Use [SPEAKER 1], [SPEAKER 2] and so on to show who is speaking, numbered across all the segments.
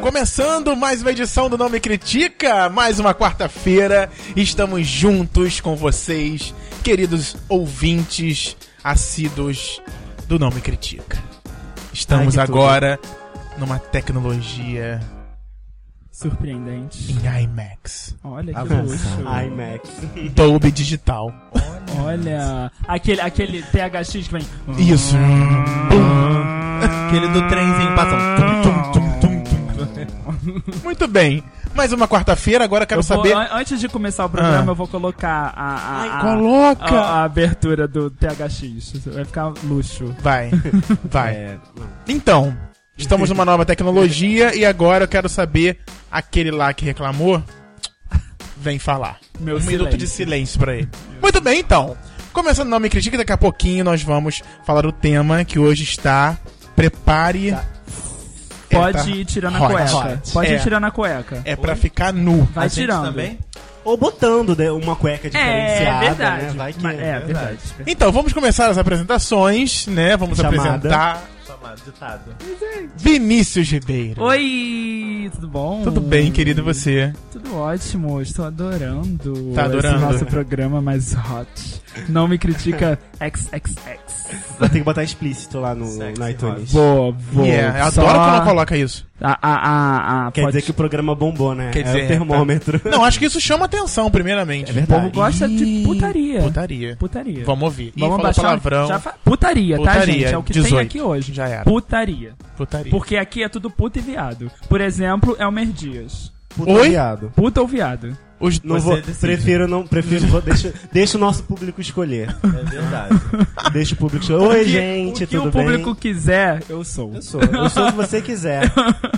[SPEAKER 1] começando mais uma edição do Não Me Critica, mais uma quarta-feira. Estamos juntos com vocês, queridos ouvintes assíduos do Não Me Critica. Estamos
[SPEAKER 2] Ai, que tudo.
[SPEAKER 1] agora numa tecnologia
[SPEAKER 3] Surpreendente.
[SPEAKER 1] em IMAX,
[SPEAKER 3] Olha que
[SPEAKER 2] Avançado.
[SPEAKER 3] luxo.
[SPEAKER 2] IMAX.
[SPEAKER 1] Dolby Digital.
[SPEAKER 3] Olha. Aquele, aquele THX que vem.
[SPEAKER 1] Isso.
[SPEAKER 2] Aquele do trenzinho passando. Tum, tum, tum, tum, tum.
[SPEAKER 1] Muito bem. Mais uma quarta-feira, agora quero
[SPEAKER 3] Eu vou-
[SPEAKER 1] saber.
[SPEAKER 3] an- antes de começar o programa,
[SPEAKER 1] Ah.
[SPEAKER 3] eu vou colocar a, a, a-
[SPEAKER 1] coloca!
[SPEAKER 3] a- a abertura do THX. Vai ficar luxo.
[SPEAKER 1] Vai, vai.
[SPEAKER 2] É, não.
[SPEAKER 1] Então, estamos numa nova tecnologia e agora eu quero saber aquele lá que reclamou. Vem falar.
[SPEAKER 3] Meu
[SPEAKER 1] um minuto de silêncio pra ele. Muito bem, então. Começando o Não Me Critica, daqui a pouquinho nós vamos falar o tema que hoje está. Prepare. É, tá.
[SPEAKER 3] Pode ir tirando a
[SPEAKER 1] Hot,
[SPEAKER 3] cueca.
[SPEAKER 1] hot.
[SPEAKER 3] Pode
[SPEAKER 1] É.
[SPEAKER 3] ir tirando a cueca.
[SPEAKER 1] É pra ficar nu.
[SPEAKER 3] Vai
[SPEAKER 2] A gente
[SPEAKER 3] tirando.
[SPEAKER 2] também? Ou botando né, uma cueca diferenciada, né? Vai que
[SPEAKER 3] É, Mas- é, verdade.
[SPEAKER 1] Então, vamos começar as apresentações, né? Vamos
[SPEAKER 2] Chamada.
[SPEAKER 1] apresentar
[SPEAKER 2] Chamado ditado.
[SPEAKER 1] Vinícius Ribeiro.
[SPEAKER 3] Oi, tudo bom?
[SPEAKER 1] Tudo bem, querido você?
[SPEAKER 3] Tudo ótimo, estou adorando
[SPEAKER 1] Tá adorando,
[SPEAKER 3] esse nosso
[SPEAKER 1] né?
[SPEAKER 3] programa mais hot. Não me critica XXX.
[SPEAKER 2] Vai ter que botar explícito lá no, no iTunes.
[SPEAKER 3] Boa, boa.
[SPEAKER 1] Yeah, é, eu
[SPEAKER 3] Só
[SPEAKER 1] adoro quando coloca isso.
[SPEAKER 3] A, a, a, a,
[SPEAKER 2] Quer
[SPEAKER 3] pode-
[SPEAKER 2] dizer que o programa bombou, né?
[SPEAKER 1] Quer
[SPEAKER 2] é
[SPEAKER 1] dizer,
[SPEAKER 2] o termômetro.
[SPEAKER 1] Não, é acho que isso chama atenção, primeiramente.
[SPEAKER 2] É
[SPEAKER 3] o povo
[SPEAKER 2] verdade.
[SPEAKER 3] gosta de
[SPEAKER 1] Ih,
[SPEAKER 3] putaria.
[SPEAKER 1] Putaria.
[SPEAKER 3] Putaria.
[SPEAKER 1] Vamos ouvir. Ih,
[SPEAKER 3] Vamos
[SPEAKER 1] falou
[SPEAKER 3] abaixar-
[SPEAKER 1] palavrão.
[SPEAKER 3] já fa- Putaria, tá,
[SPEAKER 1] Putaria,
[SPEAKER 3] gente? É o que
[SPEAKER 1] 18.
[SPEAKER 3] tem aqui hoje.
[SPEAKER 1] Já era.
[SPEAKER 3] Putaria.
[SPEAKER 1] Putaria.
[SPEAKER 3] Porque aqui é tudo puta e viado. Por exemplo, Elmer Dias.
[SPEAKER 2] Puta
[SPEAKER 1] Oi?
[SPEAKER 2] viado.
[SPEAKER 3] Puta ou viado?
[SPEAKER 1] Os-
[SPEAKER 2] Não
[SPEAKER 1] você
[SPEAKER 2] vou,
[SPEAKER 1] decide.
[SPEAKER 2] prefiro não, prefiro, vou, deixa, deixa o nosso público escolher. É verdade. Deixa o público escolher. Oi,
[SPEAKER 3] O que-
[SPEAKER 2] gente,
[SPEAKER 3] o que
[SPEAKER 2] tudo
[SPEAKER 3] o
[SPEAKER 2] bem?
[SPEAKER 3] público quiser, eu sou.
[SPEAKER 2] Eu sou, eu sou se você quiser.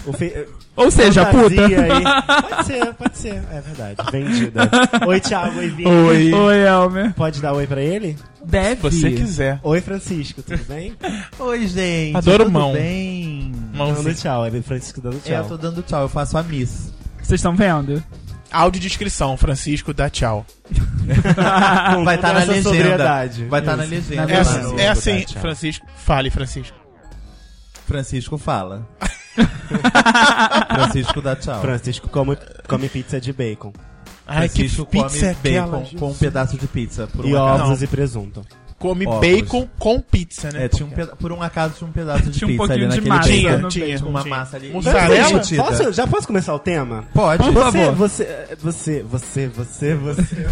[SPEAKER 2] O fe- eh,
[SPEAKER 3] Ou seja,
[SPEAKER 2] fantasia
[SPEAKER 3] puta.
[SPEAKER 2] aí. Pode ser, pode ser. É verdade. Vendida. Oi, Thiago. Oi, Vini.
[SPEAKER 1] Oi.
[SPEAKER 3] Oi, Elmer.
[SPEAKER 2] Pode dar oi pra ele?
[SPEAKER 3] Deve.
[SPEAKER 1] Você quiser.
[SPEAKER 2] Oi, Francisco. Tudo bem?
[SPEAKER 4] Oi, gente.
[SPEAKER 1] Adoro
[SPEAKER 4] tudo
[SPEAKER 1] mão.
[SPEAKER 4] bem?
[SPEAKER 1] Mãozinha.
[SPEAKER 2] Dando tchau. É Francisco dando tchau.
[SPEAKER 4] Eu tô dando tchau, eu faço a miss.
[SPEAKER 3] Vocês estão vendo?
[SPEAKER 1] Audiodescrição, Francisco dá tchau.
[SPEAKER 2] Com
[SPEAKER 4] Ah, Vai estar
[SPEAKER 2] toda
[SPEAKER 4] na
[SPEAKER 2] essa
[SPEAKER 4] legenda.
[SPEAKER 2] sobriedade.
[SPEAKER 4] Vai estar na
[SPEAKER 2] Isso.
[SPEAKER 4] legenda. né?
[SPEAKER 1] É,
[SPEAKER 3] É
[SPEAKER 4] lá no-
[SPEAKER 1] assim- é assim,
[SPEAKER 2] dá tchau.
[SPEAKER 1] Francisco. Fale, Francisco.
[SPEAKER 4] Francisco fala. Francisco dá tchau.
[SPEAKER 2] Francisco come, come pizza de bacon.
[SPEAKER 1] Ai, que
[SPEAKER 4] Francisco
[SPEAKER 1] pizza é
[SPEAKER 4] come bacon
[SPEAKER 1] aquela?
[SPEAKER 4] com um pedaço de pizza. Por
[SPEAKER 2] E
[SPEAKER 4] um acaso.
[SPEAKER 2] ovos e presunto.
[SPEAKER 1] Come
[SPEAKER 4] Ovos.
[SPEAKER 1] bacon com pizza, né?
[SPEAKER 4] É, tinha um peda- por um acaso tinha um pedaço de
[SPEAKER 3] Tinha um
[SPEAKER 4] pizza ali
[SPEAKER 3] pouquinho de
[SPEAKER 4] naquele
[SPEAKER 3] massa
[SPEAKER 4] bacon.
[SPEAKER 1] Tinha,
[SPEAKER 3] no
[SPEAKER 1] tinha.
[SPEAKER 3] bacon.
[SPEAKER 4] uma
[SPEAKER 1] tinha.
[SPEAKER 4] massa ali.
[SPEAKER 1] Mussarela?
[SPEAKER 4] Embutida.
[SPEAKER 2] Posso, já posso começar o tema?
[SPEAKER 4] Tá Pode.
[SPEAKER 2] Você,
[SPEAKER 3] favor.
[SPEAKER 2] você, é, você, você, você, você,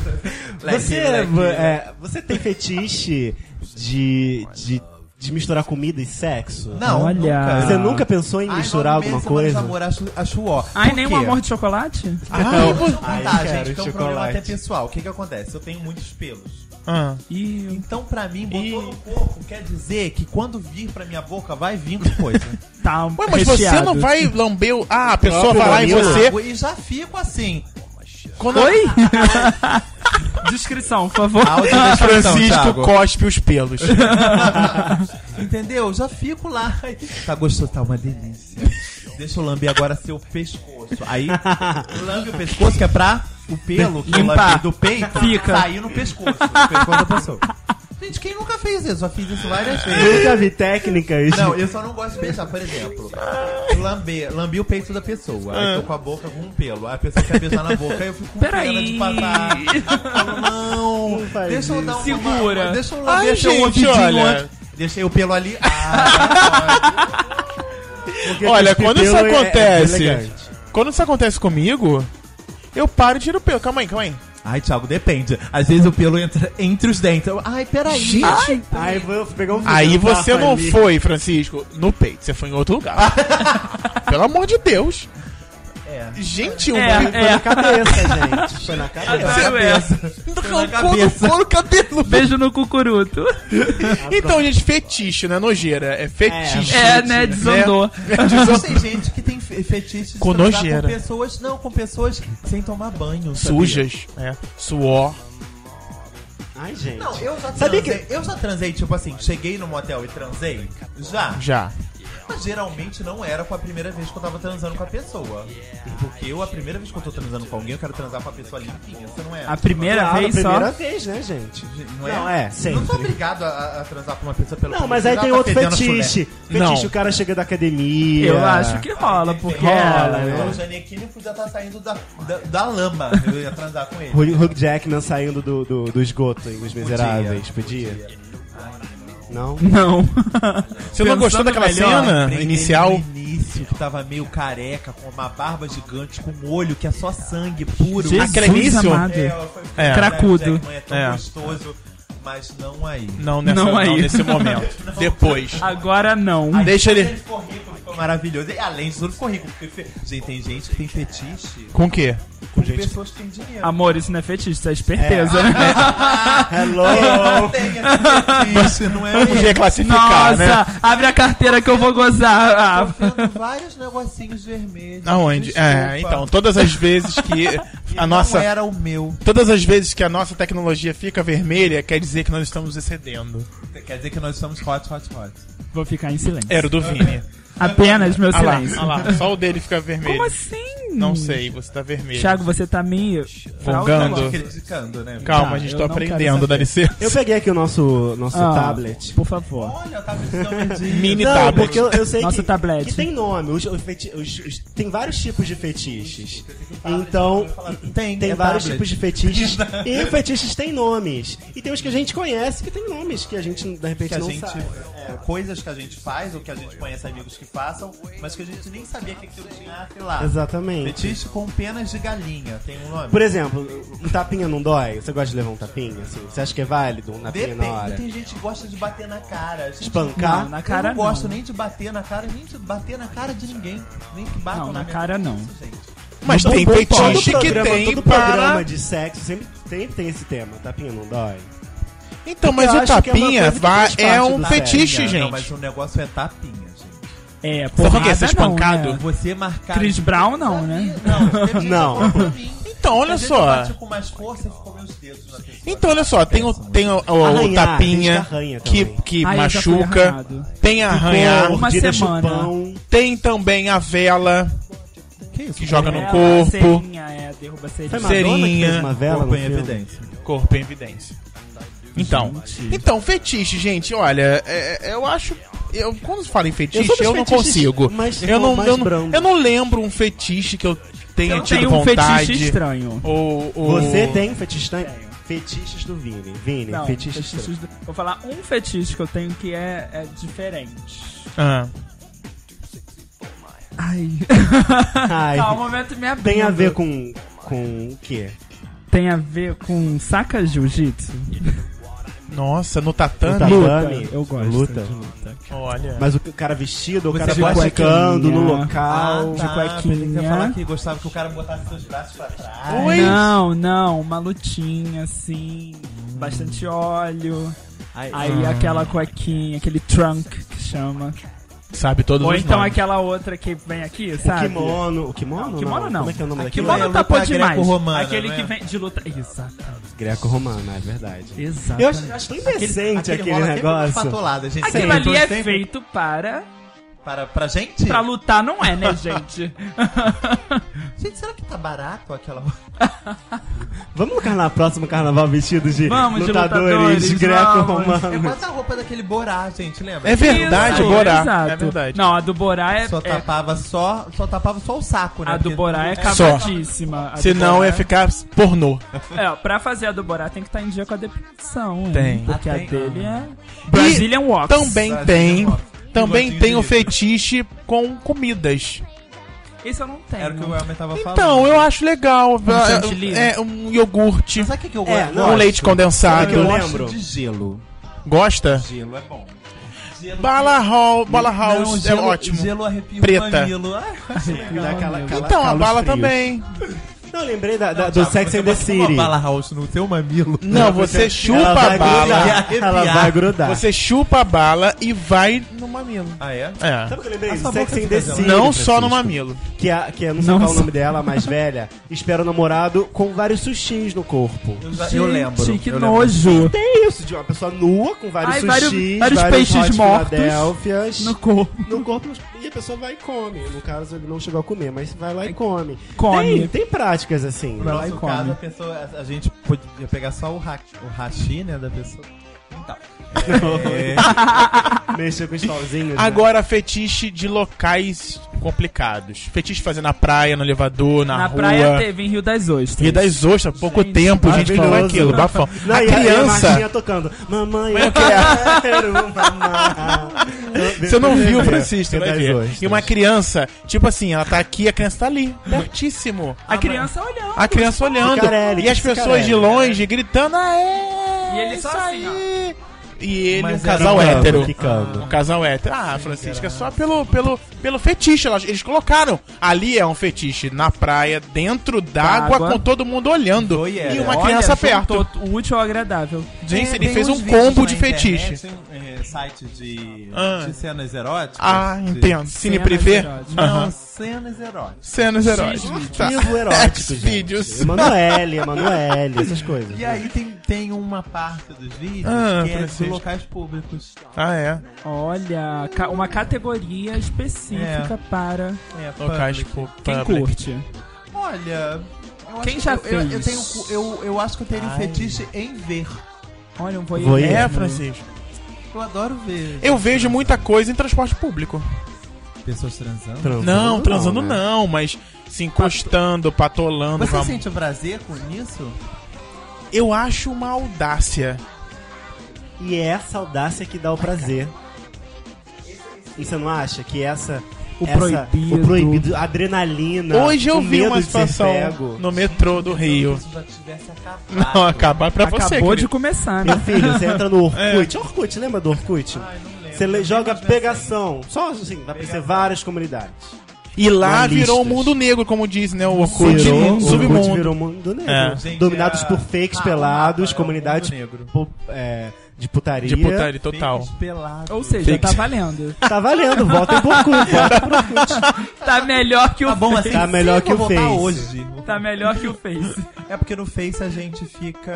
[SPEAKER 4] Leque,
[SPEAKER 2] você,
[SPEAKER 4] leque.
[SPEAKER 2] é, você tem fetiche de, de, de misturar comida e sexo?
[SPEAKER 4] Não,
[SPEAKER 3] Olha.
[SPEAKER 4] nunca.
[SPEAKER 2] Você nunca pensou em
[SPEAKER 4] Ai,
[SPEAKER 2] misturar
[SPEAKER 4] não,
[SPEAKER 2] alguma
[SPEAKER 4] pensa, mas
[SPEAKER 2] coisa?
[SPEAKER 4] Amor, acho, acho ó.
[SPEAKER 3] Ai,
[SPEAKER 4] Por
[SPEAKER 3] nem
[SPEAKER 4] quê?
[SPEAKER 3] um amor de chocolate?
[SPEAKER 1] Ai, vo-
[SPEAKER 4] Ah,
[SPEAKER 2] Ai,
[SPEAKER 4] tá,
[SPEAKER 2] quero
[SPEAKER 4] gente, que é um problema
[SPEAKER 2] chocolate.
[SPEAKER 4] até pessoal. O que que acontece? Eu tenho muitos pelos.
[SPEAKER 1] Ah.
[SPEAKER 3] Ih,
[SPEAKER 4] Então, pra mim, botou
[SPEAKER 1] Ih.
[SPEAKER 4] no corpo quer dizer que quando vir pra minha boca, vai vindo coisa.
[SPEAKER 3] tá
[SPEAKER 1] Ué, mas você
[SPEAKER 3] recheado.
[SPEAKER 1] não vai lamber o... Ah, a pessoa
[SPEAKER 2] Próprio
[SPEAKER 1] vai lá em
[SPEAKER 2] mamilo.
[SPEAKER 1] você...
[SPEAKER 4] E já fico assim.
[SPEAKER 1] Quando
[SPEAKER 3] Oi? Descrição, por favor.
[SPEAKER 4] Áudio
[SPEAKER 1] Ah, Francisco cospe os pelos.
[SPEAKER 4] Entendeu? Já fico lá. Ai, Tá gostoso, tá uma delícia. Deixa eu lamber agora seu pescoço. Aí, lambe o pescoço, que é pra o pelo que eu
[SPEAKER 3] Limpar.
[SPEAKER 4] lambi do peito
[SPEAKER 3] Fica.
[SPEAKER 4] sair no pescoço. No pescoço da pessoa. Gente, quem nunca fez isso? Já fiz isso várias vezes.
[SPEAKER 2] Eu já vi técnicas.
[SPEAKER 4] é. Não, eu só não gosto de beijar, por exemplo. Lamber, lambi o peito da pessoa. Aí tô com a boca com um pelo. Aí a pessoa quer beijar na boca. Aí eu fico com pena é de
[SPEAKER 3] Peraí.
[SPEAKER 4] passar. Falo, Não,
[SPEAKER 2] Não faz
[SPEAKER 4] deixa eu dar um uma.
[SPEAKER 3] Segura.
[SPEAKER 4] deixa eu
[SPEAKER 1] Ai,
[SPEAKER 4] lamber seu
[SPEAKER 1] gente,
[SPEAKER 4] ouvidinho
[SPEAKER 1] olha.
[SPEAKER 4] antes. Deixei o pelo ali. Ah,
[SPEAKER 2] Porque
[SPEAKER 1] Olha,
[SPEAKER 2] cuspir
[SPEAKER 1] quando isso
[SPEAKER 2] pelo é- é
[SPEAKER 1] acontece...
[SPEAKER 2] elegante.
[SPEAKER 1] quando isso acontece comigo, eu paro e tiro o pelo. Calma aí, calma aí.
[SPEAKER 4] Ai, Thiago, depende. Às vezes o pelo entra entre os dentes. Eu, Ai, peraí.
[SPEAKER 1] Gente.
[SPEAKER 4] Ai,
[SPEAKER 2] Aí vou pegar um
[SPEAKER 1] Aí você não
[SPEAKER 2] foi.
[SPEAKER 1] foi, Francisco, no peito. Você foi em outro lugar. Pelo amor de Deus.
[SPEAKER 4] É.
[SPEAKER 1] Gente, o
[SPEAKER 3] É,
[SPEAKER 2] Foi na cabeça, gente. Foi na cabeça.
[SPEAKER 1] Você-
[SPEAKER 4] Cabeça.
[SPEAKER 1] Então,
[SPEAKER 4] na
[SPEAKER 1] quando
[SPEAKER 4] cabeça.
[SPEAKER 1] for o cabelo.
[SPEAKER 3] Beijo no cucuruto.
[SPEAKER 1] Então, gente, fetiche, não é nojeira. É fetiche.
[SPEAKER 3] É, né? Desandou.
[SPEAKER 4] Só tem gente que tem fe- fetiches de
[SPEAKER 1] Com
[SPEAKER 4] transar
[SPEAKER 1] nojeira.
[SPEAKER 4] com pessoas, não, com pessoas sem tomar banho. sabia?
[SPEAKER 1] Sujas. É. Suor.
[SPEAKER 2] Ai, gente.
[SPEAKER 4] Não, eu já
[SPEAKER 2] Sabia
[SPEAKER 4] transei. Eu já transei, tipo assim, cheguei no motel e transei? Já.
[SPEAKER 1] Já.
[SPEAKER 4] Mas geralmente não era com a primeira vez que eu tava transando com a pessoa. Porque eu, a primeira vez que eu tô transando com alguém, eu quero transar com a pessoa limpinha. Você não é?
[SPEAKER 3] A primeira
[SPEAKER 2] Claro,
[SPEAKER 3] vez
[SPEAKER 2] primeira
[SPEAKER 3] só.
[SPEAKER 2] vez, né, gente?
[SPEAKER 4] Não é?
[SPEAKER 2] Não, é, sempre.
[SPEAKER 4] Não sou obrigado a, a transar com uma pessoa pelo
[SPEAKER 2] Não,
[SPEAKER 4] pelo
[SPEAKER 2] mas
[SPEAKER 4] que
[SPEAKER 2] aí
[SPEAKER 4] já
[SPEAKER 2] tem
[SPEAKER 4] tá
[SPEAKER 2] outro
[SPEAKER 4] fedendo a
[SPEAKER 2] fetiche.
[SPEAKER 4] chulé.
[SPEAKER 2] Fetiche,
[SPEAKER 3] Não.
[SPEAKER 2] o cara chega da academia.
[SPEAKER 3] Eu acho que rola, porque
[SPEAKER 2] Rola, né?
[SPEAKER 4] Eu, Janequine, fui já tá saindo da, da, da lama. Eu ia transar com ele.
[SPEAKER 2] Hugh Hugh Jackman saindo do, do, do esgoto em Os Miseráveis. Podia? Não?
[SPEAKER 3] Não.
[SPEAKER 1] Você não gostou
[SPEAKER 3] Pensando
[SPEAKER 1] daquela
[SPEAKER 3] melhor,
[SPEAKER 1] cena
[SPEAKER 4] Lembrei
[SPEAKER 1] inicial?
[SPEAKER 4] dele no início, que tava meio careca, com uma barba gigante, com um olho que é só sangue puro.
[SPEAKER 1] Jesus Aquele início?
[SPEAKER 3] amado.
[SPEAKER 4] É, eu fui-
[SPEAKER 1] É.
[SPEAKER 3] Cracudo.
[SPEAKER 4] É tão
[SPEAKER 1] É.
[SPEAKER 4] gostoso, mas não aí.
[SPEAKER 1] Não, nessa,
[SPEAKER 3] Não
[SPEAKER 1] não,
[SPEAKER 3] aí.
[SPEAKER 1] nesse momento. Depois.
[SPEAKER 3] Agora não.
[SPEAKER 1] Deixa
[SPEAKER 4] Mas
[SPEAKER 1] ele.
[SPEAKER 4] ficou rico, ficou maravilhoso. E além disso, tudo ficou rico. Porque, fe- gente, tem gente que tem fetiche
[SPEAKER 1] Com o quê?
[SPEAKER 4] com pessoas que têm dinheiro.
[SPEAKER 3] Amor, isso não é fetiche, isso é esperteza.
[SPEAKER 2] Hello!
[SPEAKER 4] Não tem esse fetiche, não é
[SPEAKER 1] Não podia
[SPEAKER 4] mesmo?
[SPEAKER 1] classificar,
[SPEAKER 3] Nossa,
[SPEAKER 1] né?
[SPEAKER 3] abre a carteira que eu vou gozar.
[SPEAKER 4] Tô
[SPEAKER 3] Ah,
[SPEAKER 4] vendo vários negocinhos vermelhos.
[SPEAKER 1] Aonde? É,
[SPEAKER 4] Desculpa.
[SPEAKER 1] então, todas as vezes que
[SPEAKER 4] E
[SPEAKER 1] a
[SPEAKER 4] não
[SPEAKER 1] nossa.
[SPEAKER 4] era o meu.
[SPEAKER 1] Todas as vezes que a nossa tecnologia fica vermelha, quer dizer que nós estamos excedendo.
[SPEAKER 4] Quer dizer que nós somos hot, hot, hot.
[SPEAKER 3] vou ficar em silêncio.
[SPEAKER 1] Era o do Vini.
[SPEAKER 3] Apenas meu
[SPEAKER 1] Ah É. lá,
[SPEAKER 3] silêncio.
[SPEAKER 1] ah lá, só o dele fica vermelho.
[SPEAKER 3] Como assim?
[SPEAKER 1] Não sei, você tá vermelho.
[SPEAKER 3] Thiago, você tá meio.
[SPEAKER 1] Fungando.
[SPEAKER 4] Não, criticando, né?
[SPEAKER 1] Calma,
[SPEAKER 3] Tá,
[SPEAKER 1] a gente
[SPEAKER 3] eu
[SPEAKER 1] tá
[SPEAKER 3] não quero
[SPEAKER 1] aprendendo,
[SPEAKER 3] saber.
[SPEAKER 1] dá licença.
[SPEAKER 2] Eu peguei aqui o nosso, nosso
[SPEAKER 3] Ah,
[SPEAKER 2] tablet.
[SPEAKER 3] Por favor.
[SPEAKER 4] Olha, eu tava precisando de...
[SPEAKER 1] Mini
[SPEAKER 2] não,
[SPEAKER 1] tablet.
[SPEAKER 2] porque eu, eu sei
[SPEAKER 3] Nosso
[SPEAKER 2] que,
[SPEAKER 3] tablet.
[SPEAKER 2] que tem nome. Os, os feti- os- os- tem vários tipos de fetiches. Então,
[SPEAKER 4] Tem,
[SPEAKER 2] tem
[SPEAKER 4] é
[SPEAKER 2] vários
[SPEAKER 4] tablet.
[SPEAKER 2] tipos de fetiches. e fetiches têm nomes. E tem os que a gente conhece que tem nomes que a gente, de repente,
[SPEAKER 4] que a
[SPEAKER 2] não
[SPEAKER 4] gente
[SPEAKER 2] sabe.
[SPEAKER 4] é, coisas que a gente faz ou que a gente conhece amigos que façam, mas que a gente nem sabia que aquilo tinha, sei lá.
[SPEAKER 2] Exatamente.
[SPEAKER 4] Fetiche com penas de galinha, tem um nome.
[SPEAKER 2] Por exemplo, um tapinha não dói? Você gosta de levar um tapinha? assim? Você acha que é válido um tapinha
[SPEAKER 4] Depende,
[SPEAKER 2] na hora?
[SPEAKER 4] tem gente que gosta de bater na cara. Gente,
[SPEAKER 2] Espancar?
[SPEAKER 3] Não, na
[SPEAKER 4] eu
[SPEAKER 3] cara
[SPEAKER 4] não gosto
[SPEAKER 3] não.
[SPEAKER 4] nem de bater na cara, nem de bater na cara de ninguém. Nem que batam
[SPEAKER 3] Não,
[SPEAKER 4] na
[SPEAKER 3] na
[SPEAKER 4] minha
[SPEAKER 3] cara não.
[SPEAKER 4] Isso, gente.
[SPEAKER 1] Mas tem
[SPEAKER 2] um Todo
[SPEAKER 1] fetiche que
[SPEAKER 2] programa-
[SPEAKER 1] tem
[SPEAKER 2] Todo
[SPEAKER 1] para...
[SPEAKER 2] programa de sexo sempre, sempre tem esse tema. Tapinha não dói?
[SPEAKER 1] Então, mas
[SPEAKER 2] Eu
[SPEAKER 1] o
[SPEAKER 2] acho que é uma
[SPEAKER 1] tapinha
[SPEAKER 2] coisa que
[SPEAKER 1] vai-
[SPEAKER 2] faz
[SPEAKER 1] é
[SPEAKER 2] parte
[SPEAKER 1] um
[SPEAKER 2] do
[SPEAKER 1] fetiche,
[SPEAKER 4] Tapinha,
[SPEAKER 1] gente.
[SPEAKER 4] né? Não, mas o negócio é tapinha, gente.
[SPEAKER 3] É,
[SPEAKER 1] Sabe o que é
[SPEAKER 3] porrada
[SPEAKER 1] ser
[SPEAKER 3] não,
[SPEAKER 1] espancado?
[SPEAKER 3] né?
[SPEAKER 4] Você marcar.
[SPEAKER 3] Chris Brown não, né?
[SPEAKER 4] Não, tem gente que
[SPEAKER 2] Não.
[SPEAKER 4] fala pra mim.
[SPEAKER 1] Então, olha
[SPEAKER 4] Às vezes
[SPEAKER 1] só.
[SPEAKER 4] eu bati com mais força e ficou meus dedos na pessoa.
[SPEAKER 1] Então, olha só, tem o, tem o, o- o
[SPEAKER 2] Arranhar, tem
[SPEAKER 1] tapinha
[SPEAKER 2] gente que arranha
[SPEAKER 1] que,
[SPEAKER 2] também.
[SPEAKER 1] que
[SPEAKER 3] Ah, eu já fui
[SPEAKER 1] machuca,
[SPEAKER 3] arranhado.
[SPEAKER 1] tem arranhar,
[SPEAKER 2] Pô,
[SPEAKER 3] Uma
[SPEAKER 2] mordida,
[SPEAKER 3] semana.
[SPEAKER 2] chupão.
[SPEAKER 1] tem também a vela
[SPEAKER 4] Que isso?
[SPEAKER 1] que joga no
[SPEAKER 3] É,
[SPEAKER 1] corpo,
[SPEAKER 3] Serinha, é, derruba a
[SPEAKER 2] Foi
[SPEAKER 1] mal.
[SPEAKER 3] serinha.
[SPEAKER 2] Madonna que
[SPEAKER 1] Serinha,
[SPEAKER 2] fez uma vela no
[SPEAKER 4] Corpo em
[SPEAKER 2] filme?
[SPEAKER 4] evidência.
[SPEAKER 1] corpo em evidência. Então, então fetiche, gente, olha, é- é- eu acho. Eu, quando falo em
[SPEAKER 2] Eu
[SPEAKER 1] fetiche,
[SPEAKER 2] sou
[SPEAKER 1] eu,
[SPEAKER 2] dos
[SPEAKER 1] não
[SPEAKER 2] fetiches
[SPEAKER 1] consigo.
[SPEAKER 2] mais-
[SPEAKER 1] eu, não,
[SPEAKER 2] mais
[SPEAKER 1] eu, não,
[SPEAKER 2] brando.
[SPEAKER 1] eu não lembro um fetiche que eu tenha
[SPEAKER 3] Eu
[SPEAKER 1] tido
[SPEAKER 3] tenho um
[SPEAKER 1] vontade.
[SPEAKER 3] fetiche estranho.
[SPEAKER 1] Ou, ou-
[SPEAKER 2] Você
[SPEAKER 3] Oh.
[SPEAKER 2] tem fetiche estranho?
[SPEAKER 3] Tenho.
[SPEAKER 2] Fetiches do Vini. Vini,
[SPEAKER 3] Não,
[SPEAKER 2] fetiche
[SPEAKER 3] fetiches
[SPEAKER 2] estranho.
[SPEAKER 3] do- Vou falar um fetiche que eu tenho que é, é diferente.
[SPEAKER 1] Ah.
[SPEAKER 3] Ai.
[SPEAKER 2] Ai,
[SPEAKER 3] Calma, um momento me abrindo.
[SPEAKER 2] tem a ver com... Com o quê?
[SPEAKER 3] Tem a ver com saca jiu-jitsu?
[SPEAKER 1] Nossa, no
[SPEAKER 2] Com
[SPEAKER 1] tatame.
[SPEAKER 2] tatame?
[SPEAKER 3] eu gosto
[SPEAKER 2] Luta.
[SPEAKER 3] de luta.
[SPEAKER 1] Olha.
[SPEAKER 2] Mas o cara vestido, o
[SPEAKER 4] Você
[SPEAKER 2] cara
[SPEAKER 4] de
[SPEAKER 2] praticando no
[SPEAKER 3] cuequinha.
[SPEAKER 2] local.
[SPEAKER 3] de cuequinha.
[SPEAKER 4] Ah, tá, pensei que ia falar que gostava que o cara botasse seus braços pra trás.
[SPEAKER 1] Oi!
[SPEAKER 3] Não, não, uma lutinha assim, bastante óleo, aí aquela cuequinha, aquele trunk que chama.
[SPEAKER 1] Sabe todos
[SPEAKER 3] Ou
[SPEAKER 1] os
[SPEAKER 3] então
[SPEAKER 1] nomes.
[SPEAKER 3] aquela outra que vem aqui,
[SPEAKER 2] O
[SPEAKER 3] sabe?
[SPEAKER 2] kimono. O kimono?
[SPEAKER 3] tá. Não, kimono não.
[SPEAKER 2] Como é que é o nome
[SPEAKER 3] A
[SPEAKER 2] daquilo?
[SPEAKER 4] É
[SPEAKER 3] Kimono
[SPEAKER 4] luta
[SPEAKER 3] tapou demais.
[SPEAKER 4] greco-romana,
[SPEAKER 3] Aquele
[SPEAKER 4] né?
[SPEAKER 3] que vem de luta. Exatamente.
[SPEAKER 2] Greco-romano, é verdade.
[SPEAKER 3] Exatamente.
[SPEAKER 2] Eu acho, acho tão indecente aquele, negócio.
[SPEAKER 4] Patolada, gente.
[SPEAKER 3] Aquilo
[SPEAKER 4] Sempre,
[SPEAKER 3] ali é
[SPEAKER 4] sempre.
[SPEAKER 3] feito para.
[SPEAKER 4] Para, pra gente?
[SPEAKER 3] Pra lutar não é, né, gente?
[SPEAKER 4] Gente, será que tá barato aquela...
[SPEAKER 2] Vamos no carna- próximo carnaval vestido de
[SPEAKER 3] Vamos de
[SPEAKER 2] lutadores,
[SPEAKER 3] lutadores,
[SPEAKER 4] É
[SPEAKER 2] greco-romanos.
[SPEAKER 4] quase a roupa daquele Borá, gente, lembra?
[SPEAKER 1] É verdade,
[SPEAKER 3] Isso,
[SPEAKER 1] Borá.
[SPEAKER 3] exato.
[SPEAKER 1] É verdade.
[SPEAKER 3] Não, a do Borá é.
[SPEAKER 4] Só
[SPEAKER 3] é-
[SPEAKER 4] tapava só... Só tapava só o saco, né?
[SPEAKER 3] a do
[SPEAKER 4] Porque-
[SPEAKER 3] Borá é
[SPEAKER 1] Só. é
[SPEAKER 3] cavadíssima. A do
[SPEAKER 1] Senão
[SPEAKER 3] Borá-
[SPEAKER 1] ia ficar pornô.
[SPEAKER 3] É, pra fazer a do Borá tem que estar em dia com a depilação. hein?
[SPEAKER 1] Tem.
[SPEAKER 3] Porque
[SPEAKER 4] Ah,
[SPEAKER 3] a
[SPEAKER 4] tem.
[SPEAKER 3] dele é. Brazilian Walks.
[SPEAKER 1] Também
[SPEAKER 4] Sabe,
[SPEAKER 1] tem.
[SPEAKER 4] ó,
[SPEAKER 1] Também
[SPEAKER 4] um
[SPEAKER 1] tem o
[SPEAKER 4] gostinho de-
[SPEAKER 1] fetiche com comidas.
[SPEAKER 3] Isso eu não tenho.
[SPEAKER 4] Era o que o Elmer tava falando.
[SPEAKER 1] Então, eu acho legal.
[SPEAKER 3] chantilly?
[SPEAKER 1] É um iogurte,
[SPEAKER 4] Mas Sabe o que que eu
[SPEAKER 2] É,
[SPEAKER 4] gosto?
[SPEAKER 2] não,
[SPEAKER 1] um leite
[SPEAKER 2] Sabe o
[SPEAKER 1] condensado.
[SPEAKER 2] que eu
[SPEAKER 4] gosto
[SPEAKER 2] lembro?
[SPEAKER 4] de gelo.
[SPEAKER 1] Gosta?
[SPEAKER 4] Gelo é bom. Gelo
[SPEAKER 1] Bala Hall, Bala
[SPEAKER 4] Não,
[SPEAKER 1] House é
[SPEAKER 4] gelo-
[SPEAKER 1] ótimo.
[SPEAKER 4] Gelo arrepia
[SPEAKER 1] Preta.
[SPEAKER 4] o mamilo. Ai,
[SPEAKER 2] Dá aquela- aquela-
[SPEAKER 1] Então, a
[SPEAKER 2] calos
[SPEAKER 1] bala
[SPEAKER 2] frios.
[SPEAKER 1] também.
[SPEAKER 2] Não, lembrei da- da- do Sex and the City.
[SPEAKER 4] tá, Uma bala house no teu mamilo.
[SPEAKER 1] Não, você
[SPEAKER 2] Ela
[SPEAKER 1] chupa
[SPEAKER 2] vai
[SPEAKER 1] a bala.
[SPEAKER 2] grudar, Ela vai grudar.
[SPEAKER 1] Você chupa a bala e vai no mamilo.
[SPEAKER 4] Ah, é?
[SPEAKER 1] É.
[SPEAKER 2] Sabe o que eu lembrei?
[SPEAKER 4] Essa
[SPEAKER 2] Sex
[SPEAKER 4] boca
[SPEAKER 2] and
[SPEAKER 4] fica
[SPEAKER 2] the
[SPEAKER 4] gelada.
[SPEAKER 2] City,
[SPEAKER 1] Não só no
[SPEAKER 2] Francisco.
[SPEAKER 1] mamilo.
[SPEAKER 2] Que a, que a não sei
[SPEAKER 3] Não
[SPEAKER 2] qual o
[SPEAKER 3] só-
[SPEAKER 2] nome dela, a mais velha, espera o namorado com vários sushis no corpo.
[SPEAKER 4] Eu, já- eu lembro.
[SPEAKER 3] Gente, que
[SPEAKER 4] eu lembro.
[SPEAKER 3] nojo.
[SPEAKER 2] Tem isso, de uma pessoa nua com vários
[SPEAKER 3] Ai, vários-
[SPEAKER 2] sushis,
[SPEAKER 3] vários peixes
[SPEAKER 2] hot
[SPEAKER 3] mortos
[SPEAKER 2] Filadélfias,
[SPEAKER 3] No
[SPEAKER 2] no...
[SPEAKER 3] corpo.
[SPEAKER 2] corpo e a pessoa vai e come. No caso, ele não chegou a comer, mas vai lá e come.
[SPEAKER 3] Come.
[SPEAKER 2] Tem, tem práticas assim.
[SPEAKER 4] No
[SPEAKER 3] Vai lá
[SPEAKER 4] nosso
[SPEAKER 3] e come.
[SPEAKER 4] caso, a, pessoa, a, a gente podia pegar só o, ha o hashi, né, da pessoa. Então,
[SPEAKER 2] Mexer com os pauzinhos. né?
[SPEAKER 1] Agora, fetiche de locais complicados. Fetiche fazer na praia, no elevador, na,
[SPEAKER 3] Na
[SPEAKER 1] rua.
[SPEAKER 3] praia teve, em Rio das Ostras.
[SPEAKER 1] Rio das Ostras, pouco
[SPEAKER 3] Gente,
[SPEAKER 1] tempo, a gente falou
[SPEAKER 2] maravilhoso.
[SPEAKER 1] aquilo, bafão.
[SPEAKER 2] Não,
[SPEAKER 1] a
[SPEAKER 2] e E a
[SPEAKER 1] criança,
[SPEAKER 2] Martinha tocando. Mamãe, eu quero mamar.
[SPEAKER 1] você não viu, Francisco,
[SPEAKER 2] Francisco?
[SPEAKER 1] você vai ver. E uma criança, tipo assim, ela tá aqui, a criança tá ali, pertíssimo.
[SPEAKER 3] A criança olhando.
[SPEAKER 1] A criança olhando.
[SPEAKER 2] Cicarelli,
[SPEAKER 1] e as pessoas
[SPEAKER 2] Cicarelli.
[SPEAKER 3] né?
[SPEAKER 1] de longe gritando, aê!
[SPEAKER 3] E ele
[SPEAKER 1] isso
[SPEAKER 3] só assim,
[SPEAKER 1] aí." E ele,
[SPEAKER 4] Mas
[SPEAKER 1] um casal
[SPEAKER 2] era um
[SPEAKER 1] hétero.
[SPEAKER 2] campo, que campo.
[SPEAKER 1] Um casal hétero. Ah, Francisca, só pelo, pelo, pelo fetiche. elas- Eles colocaram. Ali é um fetiche. Na praia, dentro d'água,
[SPEAKER 3] Água.
[SPEAKER 1] com todo mundo olhando.
[SPEAKER 4] Foi, era.
[SPEAKER 1] e uma criança perto.
[SPEAKER 3] juntou O útil ao agradável.
[SPEAKER 1] Gente,
[SPEAKER 4] Tem-
[SPEAKER 1] ele
[SPEAKER 4] tem
[SPEAKER 1] fez
[SPEAKER 4] uns
[SPEAKER 1] um
[SPEAKER 4] vídeos
[SPEAKER 1] combo
[SPEAKER 4] na
[SPEAKER 1] de
[SPEAKER 4] internet,
[SPEAKER 1] fetiche.
[SPEAKER 4] tem, eh, site de,
[SPEAKER 1] Ah.
[SPEAKER 4] de cenas eróticas.
[SPEAKER 1] Ah,
[SPEAKER 4] de-
[SPEAKER 1] entendo. Cine
[SPEAKER 3] Cenas
[SPEAKER 1] privê?
[SPEAKER 3] eróticas.
[SPEAKER 4] Não,
[SPEAKER 1] Aham.
[SPEAKER 4] cenas eróticas.
[SPEAKER 1] Cenas eróticas.
[SPEAKER 3] X-vídeos.
[SPEAKER 1] Tá.
[SPEAKER 2] Vivo erótico,
[SPEAKER 1] X-vídeos.
[SPEAKER 2] gente. Emanuele, Emanuele, essas coisas.
[SPEAKER 4] E aí tem, tem uma parte dos vídeos
[SPEAKER 1] Ah,
[SPEAKER 4] que é de
[SPEAKER 1] Francisco.
[SPEAKER 4] locais públicos.
[SPEAKER 1] Ah, é.
[SPEAKER 3] Olha, ca- uma categoria específica para
[SPEAKER 4] É,
[SPEAKER 1] Locais
[SPEAKER 4] public.
[SPEAKER 1] pu-
[SPEAKER 3] quem
[SPEAKER 1] public.
[SPEAKER 3] curte.
[SPEAKER 4] Olha... eu acho
[SPEAKER 3] Quem
[SPEAKER 4] que
[SPEAKER 3] já
[SPEAKER 4] eu, eu- Eu,
[SPEAKER 3] fez?
[SPEAKER 4] tenho, cu- eu, eu acho que eu teria um
[SPEAKER 1] Ai.
[SPEAKER 4] fetiche em ver.
[SPEAKER 3] Olha, um
[SPEAKER 2] Voyeur.
[SPEAKER 3] voyeur.
[SPEAKER 1] É,
[SPEAKER 2] Né?
[SPEAKER 1] Francisco.
[SPEAKER 4] Eu adoro ver.
[SPEAKER 1] Eu vejo muita coisa em transporte público.
[SPEAKER 4] Pessoas transando.
[SPEAKER 2] Transando
[SPEAKER 1] Não, transando não,
[SPEAKER 2] né?
[SPEAKER 1] mas se encostando, patolando.
[SPEAKER 4] Você
[SPEAKER 1] vam-
[SPEAKER 4] sente um prazer com isso?
[SPEAKER 1] Eu acho uma audácia.
[SPEAKER 2] E é essa audácia que dá o prazer. E você não acha que essa.
[SPEAKER 3] O
[SPEAKER 2] essa-
[SPEAKER 3] proibido.
[SPEAKER 2] O proibido, a adrenalina.
[SPEAKER 1] Hoje eu
[SPEAKER 2] o
[SPEAKER 1] vi
[SPEAKER 2] medo
[SPEAKER 1] uma
[SPEAKER 2] de ser
[SPEAKER 1] situação
[SPEAKER 2] pego.
[SPEAKER 1] no metrô do Rio.
[SPEAKER 4] Se isso já tivesse acabado.
[SPEAKER 1] Não, acabar pra você.
[SPEAKER 3] Acabou de
[SPEAKER 1] querido.
[SPEAKER 3] começar,
[SPEAKER 2] Meu
[SPEAKER 3] né?
[SPEAKER 2] filho, você entra no
[SPEAKER 1] É.
[SPEAKER 2] Orkut. Orkut, lembra do Orkut?
[SPEAKER 4] Ai, não lembro.
[SPEAKER 2] Você le-
[SPEAKER 4] Eu
[SPEAKER 2] joga
[SPEAKER 4] lembro dessa-
[SPEAKER 2] pegação. Só assim, vai aparecer várias comunidades.
[SPEAKER 1] E lá
[SPEAKER 2] Analistas.
[SPEAKER 1] virou o mundo negro, como diz, né? O Orkut
[SPEAKER 2] Virou-
[SPEAKER 1] um submundo.
[SPEAKER 2] Orkut virou mundo negro.
[SPEAKER 1] É.
[SPEAKER 4] Gente,
[SPEAKER 2] Dominados
[SPEAKER 4] é-
[SPEAKER 2] por fakes
[SPEAKER 4] Ah,
[SPEAKER 2] pelados,
[SPEAKER 4] é o
[SPEAKER 2] comunidades
[SPEAKER 4] mundo negro.
[SPEAKER 2] po- é, de putaria.
[SPEAKER 1] De putaria total.
[SPEAKER 4] Peitos pelados.
[SPEAKER 3] Ou seja,
[SPEAKER 1] Tem que-
[SPEAKER 3] tá valendo.
[SPEAKER 2] Tá valendo, votem por cu, votem por
[SPEAKER 3] Tá melhor que o
[SPEAKER 4] Tá bom
[SPEAKER 3] Face.
[SPEAKER 4] assim.
[SPEAKER 2] Tá melhor
[SPEAKER 4] sim,
[SPEAKER 2] que
[SPEAKER 4] eu vou
[SPEAKER 2] o
[SPEAKER 4] votar
[SPEAKER 2] Face.
[SPEAKER 4] hoje.
[SPEAKER 3] Tá melhor que o Face.
[SPEAKER 4] É porque no Face a gente fica.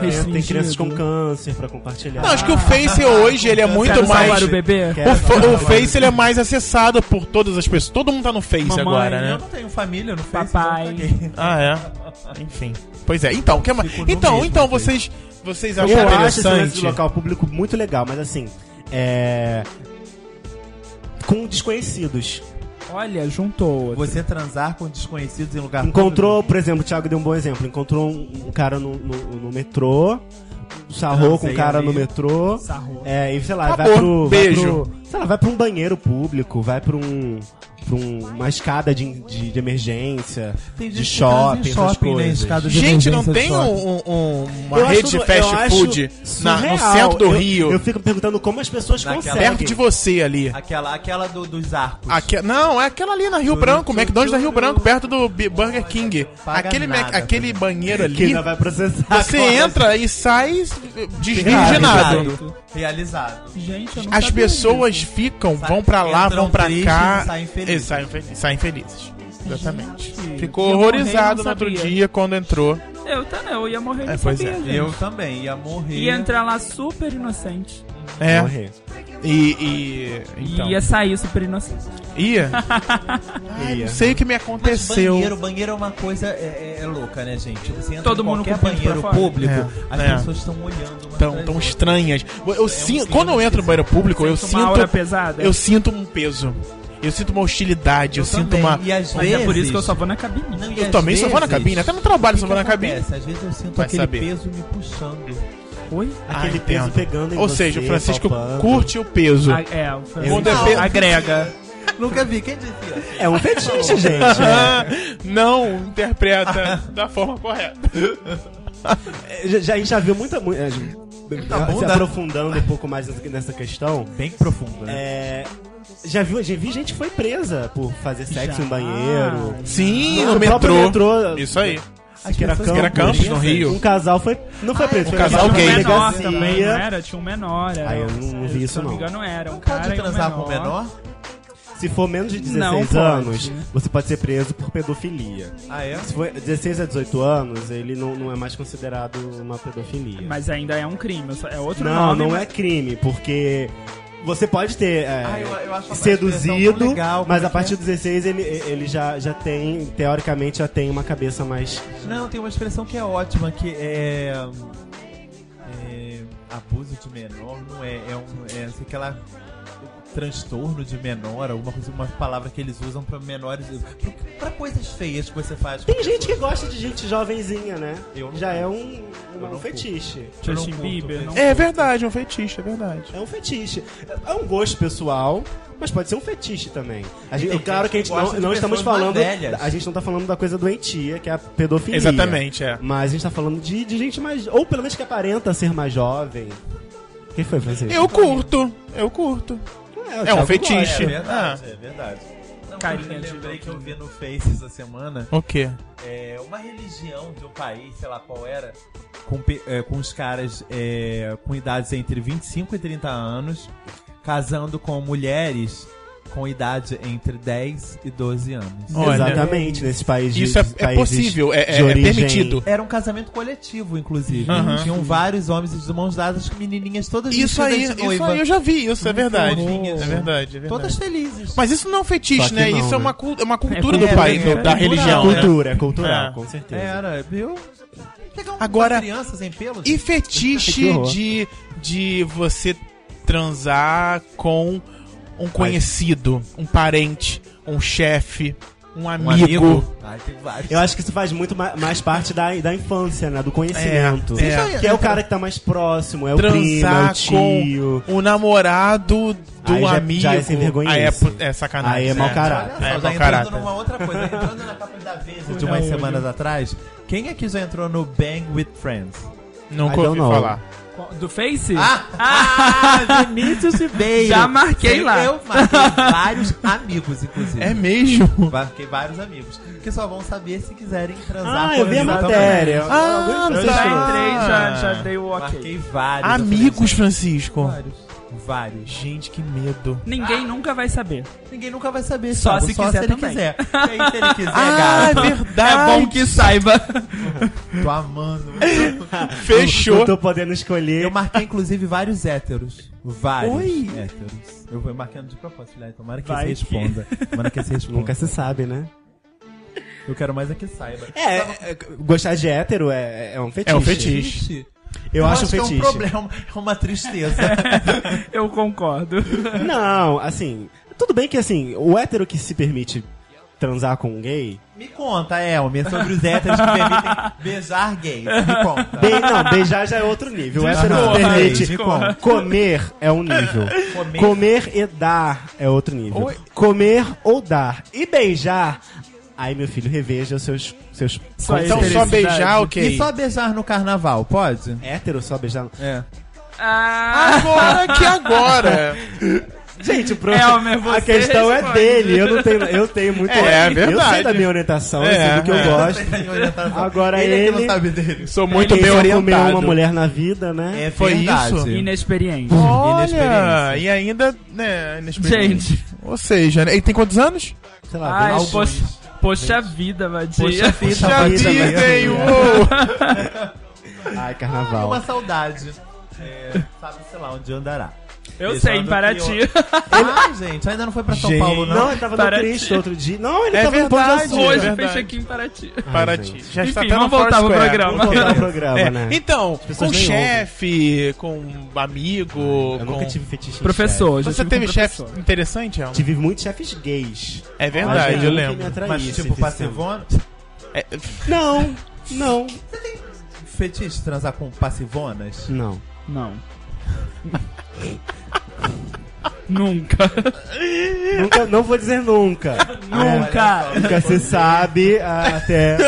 [SPEAKER 3] Restringido.
[SPEAKER 2] É, Tem crianças com câncer pra compartilhar.
[SPEAKER 1] Não, acho que o Face hoje ele é muito
[SPEAKER 3] Quero
[SPEAKER 1] mais.
[SPEAKER 3] salvar o bebê?
[SPEAKER 1] O, fa- o Face ele é mais acessado por todas as pessoas. Todo mundo tá no Face
[SPEAKER 3] Mamãe,
[SPEAKER 1] agora,
[SPEAKER 4] Eu
[SPEAKER 1] né?
[SPEAKER 4] não tenho família no Face.
[SPEAKER 3] Papai.
[SPEAKER 4] então eu caguei.
[SPEAKER 1] Ah, é. Enfim. Pois é. Então, o que mais?
[SPEAKER 4] Fico no
[SPEAKER 1] Então,
[SPEAKER 4] mesmo
[SPEAKER 1] então
[SPEAKER 4] Face.
[SPEAKER 1] vocês, vocês acham
[SPEAKER 2] Eu acho esse lance de
[SPEAKER 1] é interessante?
[SPEAKER 2] local público muito legal, mas assim, é... Com desconhecidos.
[SPEAKER 3] Olha, juntou. outro.
[SPEAKER 4] Você transar com desconhecidos em
[SPEAKER 1] Ah,
[SPEAKER 4] lugar
[SPEAKER 2] Encontrou, por exemplo, o Thiago deu um bom exemplo. Encontrou um, um cara no, no- no metrô,
[SPEAKER 1] Ah,
[SPEAKER 2] sarrou com um
[SPEAKER 4] Transei
[SPEAKER 2] cara
[SPEAKER 4] ali.
[SPEAKER 2] no metrô.
[SPEAKER 3] Sarrou.
[SPEAKER 2] É, e sei lá,
[SPEAKER 1] Acabou.
[SPEAKER 2] vai pro. vai
[SPEAKER 1] Beijo.
[SPEAKER 2] pro- sei lá, vai pra um banheiro público, vai pra um. pra um- uma escada de, de, de emergência,
[SPEAKER 4] Tem gente
[SPEAKER 2] de
[SPEAKER 4] que transa em
[SPEAKER 2] shopping, essas
[SPEAKER 4] shopping, né?
[SPEAKER 2] coisas.
[SPEAKER 4] Escada de
[SPEAKER 1] Gente, não
[SPEAKER 4] emergência
[SPEAKER 1] tem
[SPEAKER 4] de shopping.
[SPEAKER 1] um- um- uma
[SPEAKER 2] Eu
[SPEAKER 1] rede
[SPEAKER 2] acho-
[SPEAKER 1] de
[SPEAKER 2] eu
[SPEAKER 1] fast
[SPEAKER 2] acho
[SPEAKER 1] food na- no
[SPEAKER 2] surreal.
[SPEAKER 1] centro do
[SPEAKER 2] Eu-
[SPEAKER 1] Rio,
[SPEAKER 2] Eu fico me perguntando como as pessoas
[SPEAKER 4] Naquela-
[SPEAKER 2] conseguem.
[SPEAKER 1] perto de você ali.
[SPEAKER 4] Aquela, aquela do- dos arcos.
[SPEAKER 1] Aque- não, é aquela ali na Rio Branco, McDonald's da Rio Branco, perto do B- Burger King.
[SPEAKER 4] Paga
[SPEAKER 1] Aquele, Mac-
[SPEAKER 4] nada,
[SPEAKER 1] aquele
[SPEAKER 4] cara.
[SPEAKER 1] banheiro
[SPEAKER 2] que
[SPEAKER 1] ali,
[SPEAKER 2] ainda vai processar.
[SPEAKER 1] você
[SPEAKER 2] agora.
[SPEAKER 1] entra e sai
[SPEAKER 4] Realizado.
[SPEAKER 1] desvirginado.
[SPEAKER 4] Realizado.
[SPEAKER 3] Gente, eu não
[SPEAKER 1] As
[SPEAKER 3] sabia
[SPEAKER 1] pessoas
[SPEAKER 3] disso.
[SPEAKER 1] ficam,
[SPEAKER 4] Sai-
[SPEAKER 1] vão pra lá,
[SPEAKER 4] entram
[SPEAKER 1] vão pra
[SPEAKER 4] tristes
[SPEAKER 1] cá.
[SPEAKER 4] e saem felizes.
[SPEAKER 1] E saem, fe- saem felizes. Exatamente.
[SPEAKER 3] Gente,
[SPEAKER 1] Ficou
[SPEAKER 3] eu
[SPEAKER 1] horrorizado
[SPEAKER 3] morrendo,
[SPEAKER 1] no outro
[SPEAKER 3] sabia.
[SPEAKER 1] dia quando entrou.
[SPEAKER 3] Eu também, eu ia morrer
[SPEAKER 1] É,
[SPEAKER 3] de
[SPEAKER 1] pois
[SPEAKER 3] sabia,
[SPEAKER 1] é.
[SPEAKER 3] gente.
[SPEAKER 4] Eu também ia morrer.
[SPEAKER 3] Ia entrar lá super inocente.
[SPEAKER 1] É.
[SPEAKER 2] Morrer.
[SPEAKER 1] E. e então.
[SPEAKER 3] Ia sair super inocente.
[SPEAKER 1] Ia? Ai, não
[SPEAKER 2] Ia.
[SPEAKER 1] sei o que me
[SPEAKER 4] Mas
[SPEAKER 1] aconteceu.
[SPEAKER 4] banheiro, banheiro é uma coisa é, é- é louca, né, gente? Você entra
[SPEAKER 3] Todo
[SPEAKER 4] em
[SPEAKER 3] mundo
[SPEAKER 4] qualquer
[SPEAKER 3] com o pinto
[SPEAKER 4] banheiro
[SPEAKER 3] pra fora.
[SPEAKER 4] público,
[SPEAKER 1] É,
[SPEAKER 4] as
[SPEAKER 1] é.
[SPEAKER 4] pessoas estão olhando. umas
[SPEAKER 1] Tão,
[SPEAKER 4] pras
[SPEAKER 1] tão
[SPEAKER 4] outras.
[SPEAKER 1] estranhas. Eu, eu sinto, quando eu entro no banheiro público, eu
[SPEAKER 3] Uma
[SPEAKER 1] sinto.
[SPEAKER 3] aura pesada.
[SPEAKER 1] Eu sinto um peso. Eu sinto uma hostilidade. Eu,
[SPEAKER 4] Eu
[SPEAKER 1] sinto
[SPEAKER 4] também.
[SPEAKER 1] uma.
[SPEAKER 4] E às
[SPEAKER 3] Mas
[SPEAKER 4] vezes...
[SPEAKER 3] é por isso que eu só vou na cabine.
[SPEAKER 4] Não, e
[SPEAKER 1] Eu
[SPEAKER 4] às
[SPEAKER 1] também só vou na
[SPEAKER 4] vezes-
[SPEAKER 1] cabine. Até no trabalho
[SPEAKER 4] O
[SPEAKER 1] só
[SPEAKER 4] que
[SPEAKER 1] vou na
[SPEAKER 4] que
[SPEAKER 1] cabine.
[SPEAKER 4] acontece? Às vezes eu sinto
[SPEAKER 1] Vai
[SPEAKER 4] aquele
[SPEAKER 1] saber.
[SPEAKER 4] peso me puxando.
[SPEAKER 3] Oi?
[SPEAKER 2] Aquele
[SPEAKER 1] Ah,
[SPEAKER 2] peso
[SPEAKER 4] é.
[SPEAKER 1] entendo.
[SPEAKER 2] pegando em
[SPEAKER 1] Ou
[SPEAKER 2] você,
[SPEAKER 1] seja, o Francisco
[SPEAKER 2] palpando.
[SPEAKER 1] curte o peso.
[SPEAKER 3] A- é, o Francisco.
[SPEAKER 1] Quando é
[SPEAKER 4] Não.
[SPEAKER 1] peso, agrega.
[SPEAKER 4] Nunca vi. Quem dizia?
[SPEAKER 2] É um fetiche, gente. é.
[SPEAKER 1] Ah, não interpreta da forma correta.
[SPEAKER 2] Já- já- a gente já viu muita. mu- é, gente,
[SPEAKER 4] Tá bom,
[SPEAKER 2] se
[SPEAKER 4] dá-
[SPEAKER 2] aprofundando um pouco mais nessa questão.
[SPEAKER 4] Bem profundo, né?
[SPEAKER 2] É,
[SPEAKER 5] absurdos.
[SPEAKER 2] Já vi, já vi gente que foi presa por fazer sexo
[SPEAKER 3] Já.
[SPEAKER 2] em banheiro.
[SPEAKER 1] Sim, no,
[SPEAKER 2] No próprio
[SPEAKER 1] metrô.
[SPEAKER 2] metrô.
[SPEAKER 1] Isso aí.
[SPEAKER 4] As
[SPEAKER 2] Siqueira
[SPEAKER 4] pessoas
[SPEAKER 1] Siqueira
[SPEAKER 4] são
[SPEAKER 1] Campos, no
[SPEAKER 4] presas.
[SPEAKER 1] Rio.
[SPEAKER 2] Um casal foi. Não foi preso,
[SPEAKER 1] Um
[SPEAKER 2] foi
[SPEAKER 1] casal
[SPEAKER 2] levado pra
[SPEAKER 1] gay.
[SPEAKER 3] Tinha Ah, um menor
[SPEAKER 2] delegacia.
[SPEAKER 3] também, não era? Tinha um menor. Era, um
[SPEAKER 2] Ah, eu não- não vi
[SPEAKER 3] se
[SPEAKER 2] isso,
[SPEAKER 3] eu
[SPEAKER 2] não.
[SPEAKER 3] me engano, era. Um
[SPEAKER 4] é Não
[SPEAKER 3] cara
[SPEAKER 4] pode
[SPEAKER 3] e um
[SPEAKER 4] transar com o menor?
[SPEAKER 2] Se for menos de 16
[SPEAKER 3] Não pode.
[SPEAKER 2] anos, você pode ser preso por pedofilia.
[SPEAKER 4] Ah, é?
[SPEAKER 2] Se for 16 a 18 anos, ele não, não é mais considerado uma pedofilia.
[SPEAKER 3] Mas ainda é um crime. só- É outro
[SPEAKER 2] não,
[SPEAKER 3] nome.
[SPEAKER 2] não
[SPEAKER 3] mas-
[SPEAKER 2] é crime, porque você pode ter é,
[SPEAKER 4] Ah, eu- eu acho a expressão
[SPEAKER 2] seduzido,
[SPEAKER 4] tão legal,
[SPEAKER 2] mas
[SPEAKER 4] como é
[SPEAKER 2] a
[SPEAKER 4] que
[SPEAKER 2] partir
[SPEAKER 4] é?
[SPEAKER 2] dos 16 ele, ele já, já tem, teoricamente, já tem uma cabeça mais.
[SPEAKER 4] Não, tem uma expressão que é ótima, que é. é, abuso de menor, não é. É um. É sei que ela- transtorno de menor, alguma coisa, uma palavra que eles usam pra menores. pra- Pra coisas feias que você faz. com
[SPEAKER 2] Tem gente que
[SPEAKER 4] pessoas.
[SPEAKER 2] gosta de gente jovenzinha, né?
[SPEAKER 4] Eu não
[SPEAKER 2] já
[SPEAKER 4] gosto.
[SPEAKER 2] é um,
[SPEAKER 4] Eu
[SPEAKER 2] um
[SPEAKER 4] não
[SPEAKER 2] fetiche.
[SPEAKER 4] Eu não né?
[SPEAKER 3] Justin
[SPEAKER 4] curto
[SPEAKER 3] Bieber.
[SPEAKER 4] esse-
[SPEAKER 3] Não...
[SPEAKER 1] É verdade, é um feitiço, é verdade.
[SPEAKER 2] É um fetiche. É um gosto pessoal, mas pode ser um fetiche também. A gente-
[SPEAKER 4] Tem
[SPEAKER 2] claro que a
[SPEAKER 4] gente
[SPEAKER 2] gente
[SPEAKER 4] que
[SPEAKER 2] não,
[SPEAKER 4] gosta de
[SPEAKER 2] não estamos
[SPEAKER 4] pessoas
[SPEAKER 2] falando.
[SPEAKER 4] mais velhas.
[SPEAKER 2] A gente não tá falando da coisa doentia, que é a pedofilia.
[SPEAKER 1] Exatamente, é.
[SPEAKER 2] Mas a gente tá falando de, de gente mais. Ou pelo menos que aparenta ser mais jovem. Quem foi, Francisco?
[SPEAKER 1] Eu curto, eu curto.
[SPEAKER 2] o
[SPEAKER 1] é um
[SPEAKER 2] Thiago
[SPEAKER 1] fetiche.
[SPEAKER 4] É verdade, é verdade. Não,
[SPEAKER 3] Carinha
[SPEAKER 4] eu
[SPEAKER 3] de
[SPEAKER 4] lembrei que eu
[SPEAKER 3] louco.
[SPEAKER 4] vi no Face essa semana
[SPEAKER 1] O quê?
[SPEAKER 4] é, uma religião de um país, sei lá qual era, com, pe- é, com os caras é, com idades entre 25 e 30 anos, casando com mulheres com idade entre 10 e 12 anos.
[SPEAKER 1] Olha.
[SPEAKER 2] Exatamente, nesses países.
[SPEAKER 1] Isso é,
[SPEAKER 2] nesses
[SPEAKER 1] é
[SPEAKER 2] países
[SPEAKER 1] possível, é, é-
[SPEAKER 2] de
[SPEAKER 1] é
[SPEAKER 2] origem-
[SPEAKER 1] permitido.
[SPEAKER 4] Era um casamento coletivo, inclusive.
[SPEAKER 1] Aham.
[SPEAKER 4] Tinham vários homens de mãos dadas, com menininhas todas
[SPEAKER 1] Isso
[SPEAKER 4] vestidas
[SPEAKER 1] aí,
[SPEAKER 4] de
[SPEAKER 1] isso
[SPEAKER 4] noiva.
[SPEAKER 1] aí eu já vi, isso é verdade.
[SPEAKER 4] fofinhas. né?
[SPEAKER 1] É verdade, é verdade.
[SPEAKER 4] Todas felizes.
[SPEAKER 1] Mas isso não é um
[SPEAKER 2] Só
[SPEAKER 1] fetiche,
[SPEAKER 2] que
[SPEAKER 1] né?
[SPEAKER 2] não,
[SPEAKER 1] isso é
[SPEAKER 2] né?
[SPEAKER 1] uma, cul- é uma cultura
[SPEAKER 3] cultura,
[SPEAKER 1] do país,
[SPEAKER 3] é
[SPEAKER 1] do- da
[SPEAKER 4] cultural,
[SPEAKER 1] religião. né?
[SPEAKER 4] né?
[SPEAKER 2] Cultura, é cultural,
[SPEAKER 1] É.
[SPEAKER 2] com certeza.
[SPEAKER 4] Era, viu? Pegar um-
[SPEAKER 1] Agora-
[SPEAKER 4] crianças sem pelos?
[SPEAKER 1] E
[SPEAKER 2] Que
[SPEAKER 1] fetiche
[SPEAKER 2] horror.
[SPEAKER 1] de, de você transar com um conhecido, um parente, um chefe, um amigo.
[SPEAKER 4] Ai, Ah, tem vários.
[SPEAKER 2] Eu acho que isso faz muito ma- mais parte da, da infância, né? Do conhecimento.
[SPEAKER 1] É, é.
[SPEAKER 2] Que é o cara que tá mais próximo, é o primo, é o
[SPEAKER 1] Transar
[SPEAKER 2] tio.
[SPEAKER 1] com o namorado do
[SPEAKER 2] Aí já-
[SPEAKER 1] amigo.
[SPEAKER 2] já é sem vergonha
[SPEAKER 1] Aí é,
[SPEAKER 2] isso.
[SPEAKER 1] pu- é sacanagem.
[SPEAKER 2] Aí é
[SPEAKER 1] né?
[SPEAKER 2] mau caráter.
[SPEAKER 4] Olha
[SPEAKER 1] É,
[SPEAKER 4] só,
[SPEAKER 1] mau
[SPEAKER 4] já
[SPEAKER 1] caráter.
[SPEAKER 4] entrando numa outra coisa, entrando na capa da né, Veja de umas
[SPEAKER 3] Olha,
[SPEAKER 4] semanas atrás, quem aqui já entrou no Bang with Friends?
[SPEAKER 1] Nunca
[SPEAKER 2] I don't
[SPEAKER 1] ouvi
[SPEAKER 2] know.
[SPEAKER 1] falar.
[SPEAKER 3] Qual- Do Face? Ah!
[SPEAKER 4] Ah, Vinícius Ribeiro!
[SPEAKER 3] Já marquei
[SPEAKER 4] Sim,
[SPEAKER 3] lá.
[SPEAKER 4] Eu marquei vários amigos, inclusive.
[SPEAKER 1] É mesmo?
[SPEAKER 4] Marquei vários amigos. Que só vão saber se quiserem transar
[SPEAKER 2] Ah, eu vi a
[SPEAKER 4] comigo
[SPEAKER 2] matéria.
[SPEAKER 4] também.
[SPEAKER 1] Ah,
[SPEAKER 2] Alguns
[SPEAKER 3] Eu
[SPEAKER 1] tá.
[SPEAKER 3] já entrei, já, já
[SPEAKER 2] Ah.
[SPEAKER 3] dei o Ah, ok.
[SPEAKER 4] Marquei vários. eu falei,
[SPEAKER 1] Amigos,
[SPEAKER 4] gente,
[SPEAKER 1] Francisco.
[SPEAKER 4] Vários. Vários.
[SPEAKER 1] Gente, que medo.
[SPEAKER 3] Ninguém nunca vai saber.
[SPEAKER 4] Ninguém nunca vai saber,
[SPEAKER 3] Só
[SPEAKER 4] Thiago,
[SPEAKER 3] se quiser
[SPEAKER 4] se ele
[SPEAKER 3] também.
[SPEAKER 4] quiser. E aí, se ele quiser,
[SPEAKER 1] Ah, é
[SPEAKER 4] gato.
[SPEAKER 1] verdade.
[SPEAKER 4] É bom que saiba. Tô amando.
[SPEAKER 1] Fechou.
[SPEAKER 2] Eu tô podendo escolher.
[SPEAKER 4] Eu marquei, inclusive, vários héteros. Vários
[SPEAKER 1] Oi.
[SPEAKER 4] héteros. Eu vou marcando de propósito, né? Tomara que
[SPEAKER 3] Vai
[SPEAKER 4] você
[SPEAKER 3] que-
[SPEAKER 4] responda. Tomara que você responda.
[SPEAKER 2] Nunca se sabe, né?
[SPEAKER 4] Eu quero mais é que saiba.
[SPEAKER 2] É, gostar de hétero é, é um fetiche.
[SPEAKER 1] É um fetiche.
[SPEAKER 4] Fetiche.
[SPEAKER 2] Eu, acho um
[SPEAKER 4] que
[SPEAKER 2] fetiche.
[SPEAKER 4] É um problema, é uma tristeza.
[SPEAKER 3] Eu concordo.
[SPEAKER 2] Não, assim, tudo bem que assim, o hétero que se permite transar com um gay.
[SPEAKER 4] Me conta, Elmer, sobre os héteros que permitem beijar gays. Me conta.
[SPEAKER 2] Be não, beijar já é outro nível. O hétero que
[SPEAKER 4] Desculpa,
[SPEAKER 2] se permite
[SPEAKER 4] me conta.
[SPEAKER 2] comer é um nível.
[SPEAKER 4] Comer.
[SPEAKER 2] Comer e dar é outro nível. Comer ou dar. E beijar. Aí, meu filho, reveja os seus. seus
[SPEAKER 3] Só
[SPEAKER 1] Então só
[SPEAKER 3] Felicidade.
[SPEAKER 1] beijar, ok.
[SPEAKER 4] E só beijar no carnaval, pode?
[SPEAKER 2] hétero só beijar.
[SPEAKER 4] É.
[SPEAKER 3] Ah,
[SPEAKER 1] Agora que agora.
[SPEAKER 2] Gente, o
[SPEAKER 3] Elmer, você
[SPEAKER 2] a questão é
[SPEAKER 3] responde.
[SPEAKER 2] dele. Eu não tenho, eu tenho muito.
[SPEAKER 1] É, é
[SPEAKER 2] Eu
[SPEAKER 1] verdade.
[SPEAKER 2] sei da minha orientação, eu
[SPEAKER 1] É,
[SPEAKER 2] sei do que
[SPEAKER 1] é.
[SPEAKER 2] eu gosto. Agora
[SPEAKER 4] ele... é que
[SPEAKER 2] ele-
[SPEAKER 4] não sabe dele.
[SPEAKER 1] Sou muito
[SPEAKER 2] Ele
[SPEAKER 1] bem
[SPEAKER 2] só
[SPEAKER 1] orientado.
[SPEAKER 2] comeu uma mulher na vida, né?
[SPEAKER 4] É
[SPEAKER 1] Foi
[SPEAKER 4] verdade.
[SPEAKER 1] isso?
[SPEAKER 3] inexperiente.
[SPEAKER 1] Olha,
[SPEAKER 4] Inexperiência.
[SPEAKER 1] e ainda, né, inexperiente.
[SPEAKER 3] Gente.
[SPEAKER 1] Ou seja, né, ele tem quantos anos?
[SPEAKER 2] Sei lá,
[SPEAKER 3] Ai,
[SPEAKER 2] alguns.
[SPEAKER 3] poxa, poxa vida, Vadia.
[SPEAKER 4] Poxa vida,
[SPEAKER 1] Já
[SPEAKER 4] Vadia.
[SPEAKER 1] dizem,
[SPEAKER 4] Vadia.
[SPEAKER 1] uou!
[SPEAKER 2] Ai,
[SPEAKER 4] Ah,
[SPEAKER 2] carnaval.
[SPEAKER 4] Uma saudade. É, sabe, sei lá, onde andará.
[SPEAKER 3] Eu sei, em Paraty.
[SPEAKER 4] Ah, gente, ainda não foi pra São
[SPEAKER 1] Gente.
[SPEAKER 4] Paulo, não?
[SPEAKER 2] Não, ele tava no
[SPEAKER 3] Para
[SPEAKER 2] Cristo outro dia. Não, ele
[SPEAKER 1] É
[SPEAKER 2] tava no Pão de
[SPEAKER 1] verdade.
[SPEAKER 2] Açúcar.
[SPEAKER 1] Hoje.
[SPEAKER 3] Hoje
[SPEAKER 1] verdade.
[SPEAKER 3] fez aqui em Paraty.
[SPEAKER 1] Para
[SPEAKER 2] gente.
[SPEAKER 1] ti. Já
[SPEAKER 3] Enfim,
[SPEAKER 1] está até
[SPEAKER 3] vamos
[SPEAKER 1] no
[SPEAKER 3] voltar pro
[SPEAKER 1] Foursquare.
[SPEAKER 3] programa.
[SPEAKER 2] Vamos voltar
[SPEAKER 1] Ok.
[SPEAKER 2] pro programa,
[SPEAKER 1] É,
[SPEAKER 2] né?
[SPEAKER 1] Então,
[SPEAKER 2] pessoas
[SPEAKER 1] com
[SPEAKER 2] nem
[SPEAKER 1] chefe, com amigo,
[SPEAKER 2] Eu
[SPEAKER 1] Então, com...
[SPEAKER 2] nunca tive fetiche em
[SPEAKER 3] Professor, eu já
[SPEAKER 1] Você
[SPEAKER 3] tive um
[SPEAKER 1] teve
[SPEAKER 3] com
[SPEAKER 1] chefe
[SPEAKER 3] professor.
[SPEAKER 1] interessante, Elma?
[SPEAKER 2] chefe. Tive muitos chefes gays.
[SPEAKER 1] É
[SPEAKER 2] Mas
[SPEAKER 1] verdade, eu
[SPEAKER 2] nenhum que
[SPEAKER 1] lembro.
[SPEAKER 2] me atraísse,
[SPEAKER 4] Mas, tipo,
[SPEAKER 2] fisicamente.
[SPEAKER 4] passivona.
[SPEAKER 1] É,
[SPEAKER 2] Não, não,
[SPEAKER 4] Fetiche de transar com passivonas?
[SPEAKER 2] não.
[SPEAKER 3] Não. Nunca.
[SPEAKER 2] Nunca, não vou dizer nunca. É,
[SPEAKER 3] Nunca.
[SPEAKER 2] Nunca se sabe ah, até.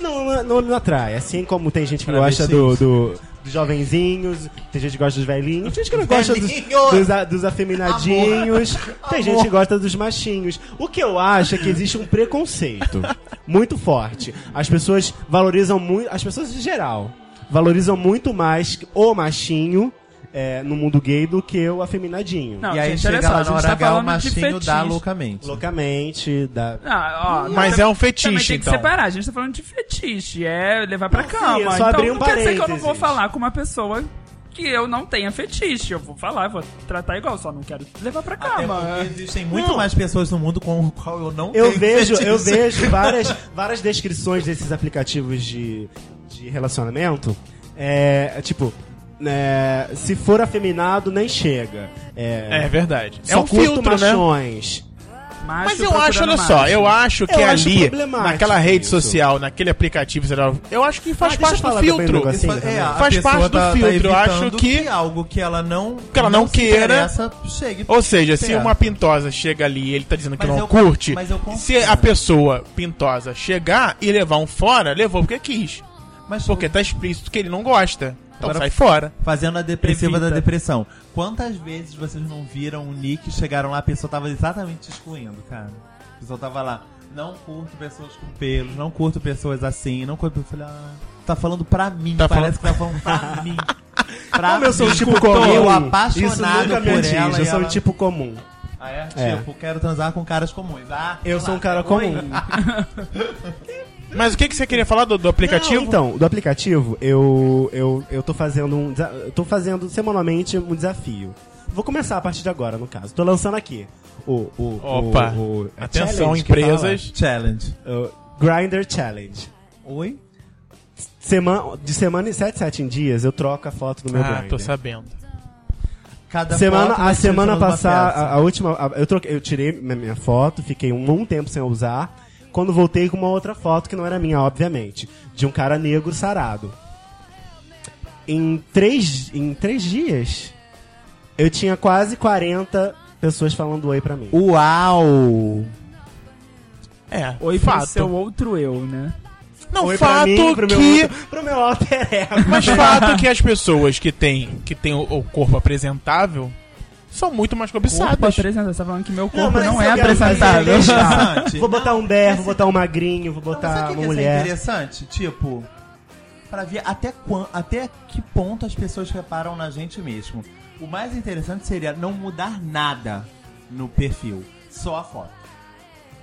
[SPEAKER 2] Não, não, não atrai. Assim como tem gente que
[SPEAKER 4] Pra
[SPEAKER 2] gosta
[SPEAKER 4] ver
[SPEAKER 2] do, do, dos jovenzinhos, tem gente que gosta dos velhinhos, tem gente que não gosta dos,
[SPEAKER 4] Velhinho!
[SPEAKER 2] dos, a- dos afeminadinhos, tem gente que gosta dos machinhos. O que eu acho é que existe um preconceito muito forte. As pessoas valorizam muito, as pessoas em geral, valorizam muito mais o machinho é, no mundo gay do que o afeminadinho.
[SPEAKER 3] Não,
[SPEAKER 4] e aí
[SPEAKER 3] gente,
[SPEAKER 4] chega
[SPEAKER 3] olha só, a
[SPEAKER 4] lá na
[SPEAKER 3] gente
[SPEAKER 4] hora
[SPEAKER 3] tá
[SPEAKER 4] H, o
[SPEAKER 3] falando de
[SPEAKER 4] machinho dá
[SPEAKER 3] fetiche.
[SPEAKER 4] loucamente.
[SPEAKER 2] Loucamente, da...
[SPEAKER 3] Ah, ó,
[SPEAKER 1] Mas
[SPEAKER 3] também-
[SPEAKER 1] é um fetiche,
[SPEAKER 3] Também tem que
[SPEAKER 1] então.
[SPEAKER 3] separar, a gente tá falando de fetiche, é levar pra
[SPEAKER 2] Não, sim,
[SPEAKER 3] cama.
[SPEAKER 2] eu só
[SPEAKER 3] então
[SPEAKER 2] abri um
[SPEAKER 3] não quer dizer que eu não
[SPEAKER 2] parênteses.
[SPEAKER 3] vou falar com uma pessoa que eu não tenha fetiche. Eu vou falar, vou tratar igual, só não quero levar pra
[SPEAKER 4] Até
[SPEAKER 3] cama.
[SPEAKER 4] É porque existem muito
[SPEAKER 2] Não.
[SPEAKER 4] mais pessoas no mundo com o qual eu não
[SPEAKER 2] Eu
[SPEAKER 4] tenho
[SPEAKER 2] vejo, eu
[SPEAKER 4] fetiche.
[SPEAKER 2] vejo várias, várias descrições desses aplicativos de, de relacionamento. É, tipo, né, se for afeminado, nem chega. É,
[SPEAKER 1] É verdade.
[SPEAKER 2] só
[SPEAKER 1] é um
[SPEAKER 2] curto
[SPEAKER 1] filtro, né?
[SPEAKER 2] machões.
[SPEAKER 3] Macho
[SPEAKER 1] Mas eu
[SPEAKER 3] procurando
[SPEAKER 1] acho, olha
[SPEAKER 3] macho.
[SPEAKER 1] só, eu acho que
[SPEAKER 2] Eu acho
[SPEAKER 1] ali,
[SPEAKER 2] problemático
[SPEAKER 1] naquela rede
[SPEAKER 2] isso.
[SPEAKER 1] social, naquele aplicativo, sei lá, eu acho que faz
[SPEAKER 2] Ah,
[SPEAKER 1] parte do
[SPEAKER 2] deixa eu falar também um
[SPEAKER 1] filtro.
[SPEAKER 2] negócio.
[SPEAKER 4] Isso
[SPEAKER 2] Sim,
[SPEAKER 4] é, a
[SPEAKER 1] Assim, Faz
[SPEAKER 4] pessoa
[SPEAKER 1] parte do
[SPEAKER 4] tá- tá
[SPEAKER 1] filtro, eu
[SPEAKER 4] evitando
[SPEAKER 1] acho que-
[SPEAKER 4] algo que ela não
[SPEAKER 1] que ela não
[SPEAKER 4] se
[SPEAKER 1] queira.
[SPEAKER 4] interessa, chegue.
[SPEAKER 1] Ou seja, se
[SPEAKER 4] perto.
[SPEAKER 1] uma pintosa chega ali e ele tá dizendo que
[SPEAKER 4] Mas
[SPEAKER 1] não
[SPEAKER 4] eu-
[SPEAKER 1] curte,
[SPEAKER 4] mas eu confio.
[SPEAKER 1] se a pessoa pintosa chegar e levar um fora, levou porque quis.
[SPEAKER 4] mas
[SPEAKER 1] Porque tá explícito que ele não gosta. Então
[SPEAKER 4] Agora-
[SPEAKER 1] sai fora.
[SPEAKER 4] fazendo a depressiva
[SPEAKER 3] Evita.
[SPEAKER 4] da depressão. Quantas vezes vocês não viram o nick, chegaram lá, a pessoa tava exatamente te excluindo, cara. A pessoa tava lá, não curto pessoas com pelos, não curto pessoas assim, não curto, eu falei, ah, tá falando pra mim,
[SPEAKER 1] Tá
[SPEAKER 4] parece que tá falando pra mim. Pra
[SPEAKER 2] Como eu sou um
[SPEAKER 4] mim.
[SPEAKER 2] tipo
[SPEAKER 4] eu
[SPEAKER 2] comum, isso
[SPEAKER 4] apaixonado
[SPEAKER 2] nunca me
[SPEAKER 4] por
[SPEAKER 2] atinge,
[SPEAKER 4] ela.
[SPEAKER 2] Eu
[SPEAKER 4] e
[SPEAKER 2] sou um
[SPEAKER 4] ela-
[SPEAKER 2] tipo comum.
[SPEAKER 4] Ah, é?
[SPEAKER 2] É.
[SPEAKER 4] Tipo, quero transar com caras comuns. Ah,
[SPEAKER 2] Eu
[SPEAKER 4] sei
[SPEAKER 2] sou
[SPEAKER 4] lá.
[SPEAKER 2] um cara
[SPEAKER 4] Oi?
[SPEAKER 2] comum.
[SPEAKER 1] Mas o que, que você queria falar do, do aplicativo?
[SPEAKER 2] Não, então, do aplicativo, eu, eu, eu tô fazendo um. desa- Eu tô fazendo semanalmente um desafio. Vou começar a partir de agora, no caso. Tô lançando aqui. O, o,
[SPEAKER 1] Opa.
[SPEAKER 2] o- o- é
[SPEAKER 1] Atenção,
[SPEAKER 2] challenge que fala?
[SPEAKER 1] empresas.
[SPEAKER 4] Challenge.
[SPEAKER 2] O Grinder Challenge.
[SPEAKER 4] Oi?
[SPEAKER 2] Sema- de semana em 7, 7 em dias, eu troco a foto do meu
[SPEAKER 1] Ah,
[SPEAKER 2] Grindr.
[SPEAKER 1] tô sabendo.
[SPEAKER 4] Cada
[SPEAKER 2] Semana,
[SPEAKER 4] foto
[SPEAKER 2] a
[SPEAKER 4] vai
[SPEAKER 2] semana
[SPEAKER 4] selecionando uma
[SPEAKER 2] passada,
[SPEAKER 4] peça.
[SPEAKER 2] a, a última, a- eu, troquei, eu tirei minha, minha foto, fiquei um, um tempo sem usar. Quando voltei com uma outra foto que não era minha, obviamente, de um cara negro sarado. Em três, em três dias, eu tinha quase 40 pessoas falando oi pra mim.
[SPEAKER 4] Uau!
[SPEAKER 1] É,
[SPEAKER 3] Oi pro
[SPEAKER 1] fato.
[SPEAKER 3] seu outro eu, né?
[SPEAKER 1] Não,
[SPEAKER 2] oi pra
[SPEAKER 1] fato
[SPEAKER 2] mim, pro meu,
[SPEAKER 1] que...
[SPEAKER 2] outro- pro meu alter ego.
[SPEAKER 1] Mas fato é que as pessoas que têm que têm o, o corpo apresentável são muito mais
[SPEAKER 3] Corpo
[SPEAKER 1] cobiçadas.
[SPEAKER 3] apresentável. Você tá falando que meu
[SPEAKER 2] Não,
[SPEAKER 3] corpo
[SPEAKER 2] mas
[SPEAKER 3] não,
[SPEAKER 2] isso
[SPEAKER 3] é
[SPEAKER 2] eu quero fazer,
[SPEAKER 3] apresentável.
[SPEAKER 2] deixa-
[SPEAKER 4] Interessante.
[SPEAKER 2] Vou botar um der, vou botar um magrinho, vou
[SPEAKER 4] Não, mas
[SPEAKER 2] botar
[SPEAKER 4] sabe o que
[SPEAKER 2] uma
[SPEAKER 4] que é
[SPEAKER 2] mulher.
[SPEAKER 4] interessante? Tipo, pra ver até, quan, até que ponto as pessoas reparam na gente mesmo. O mais interessante seria não mudar nada no perfil, só a foto.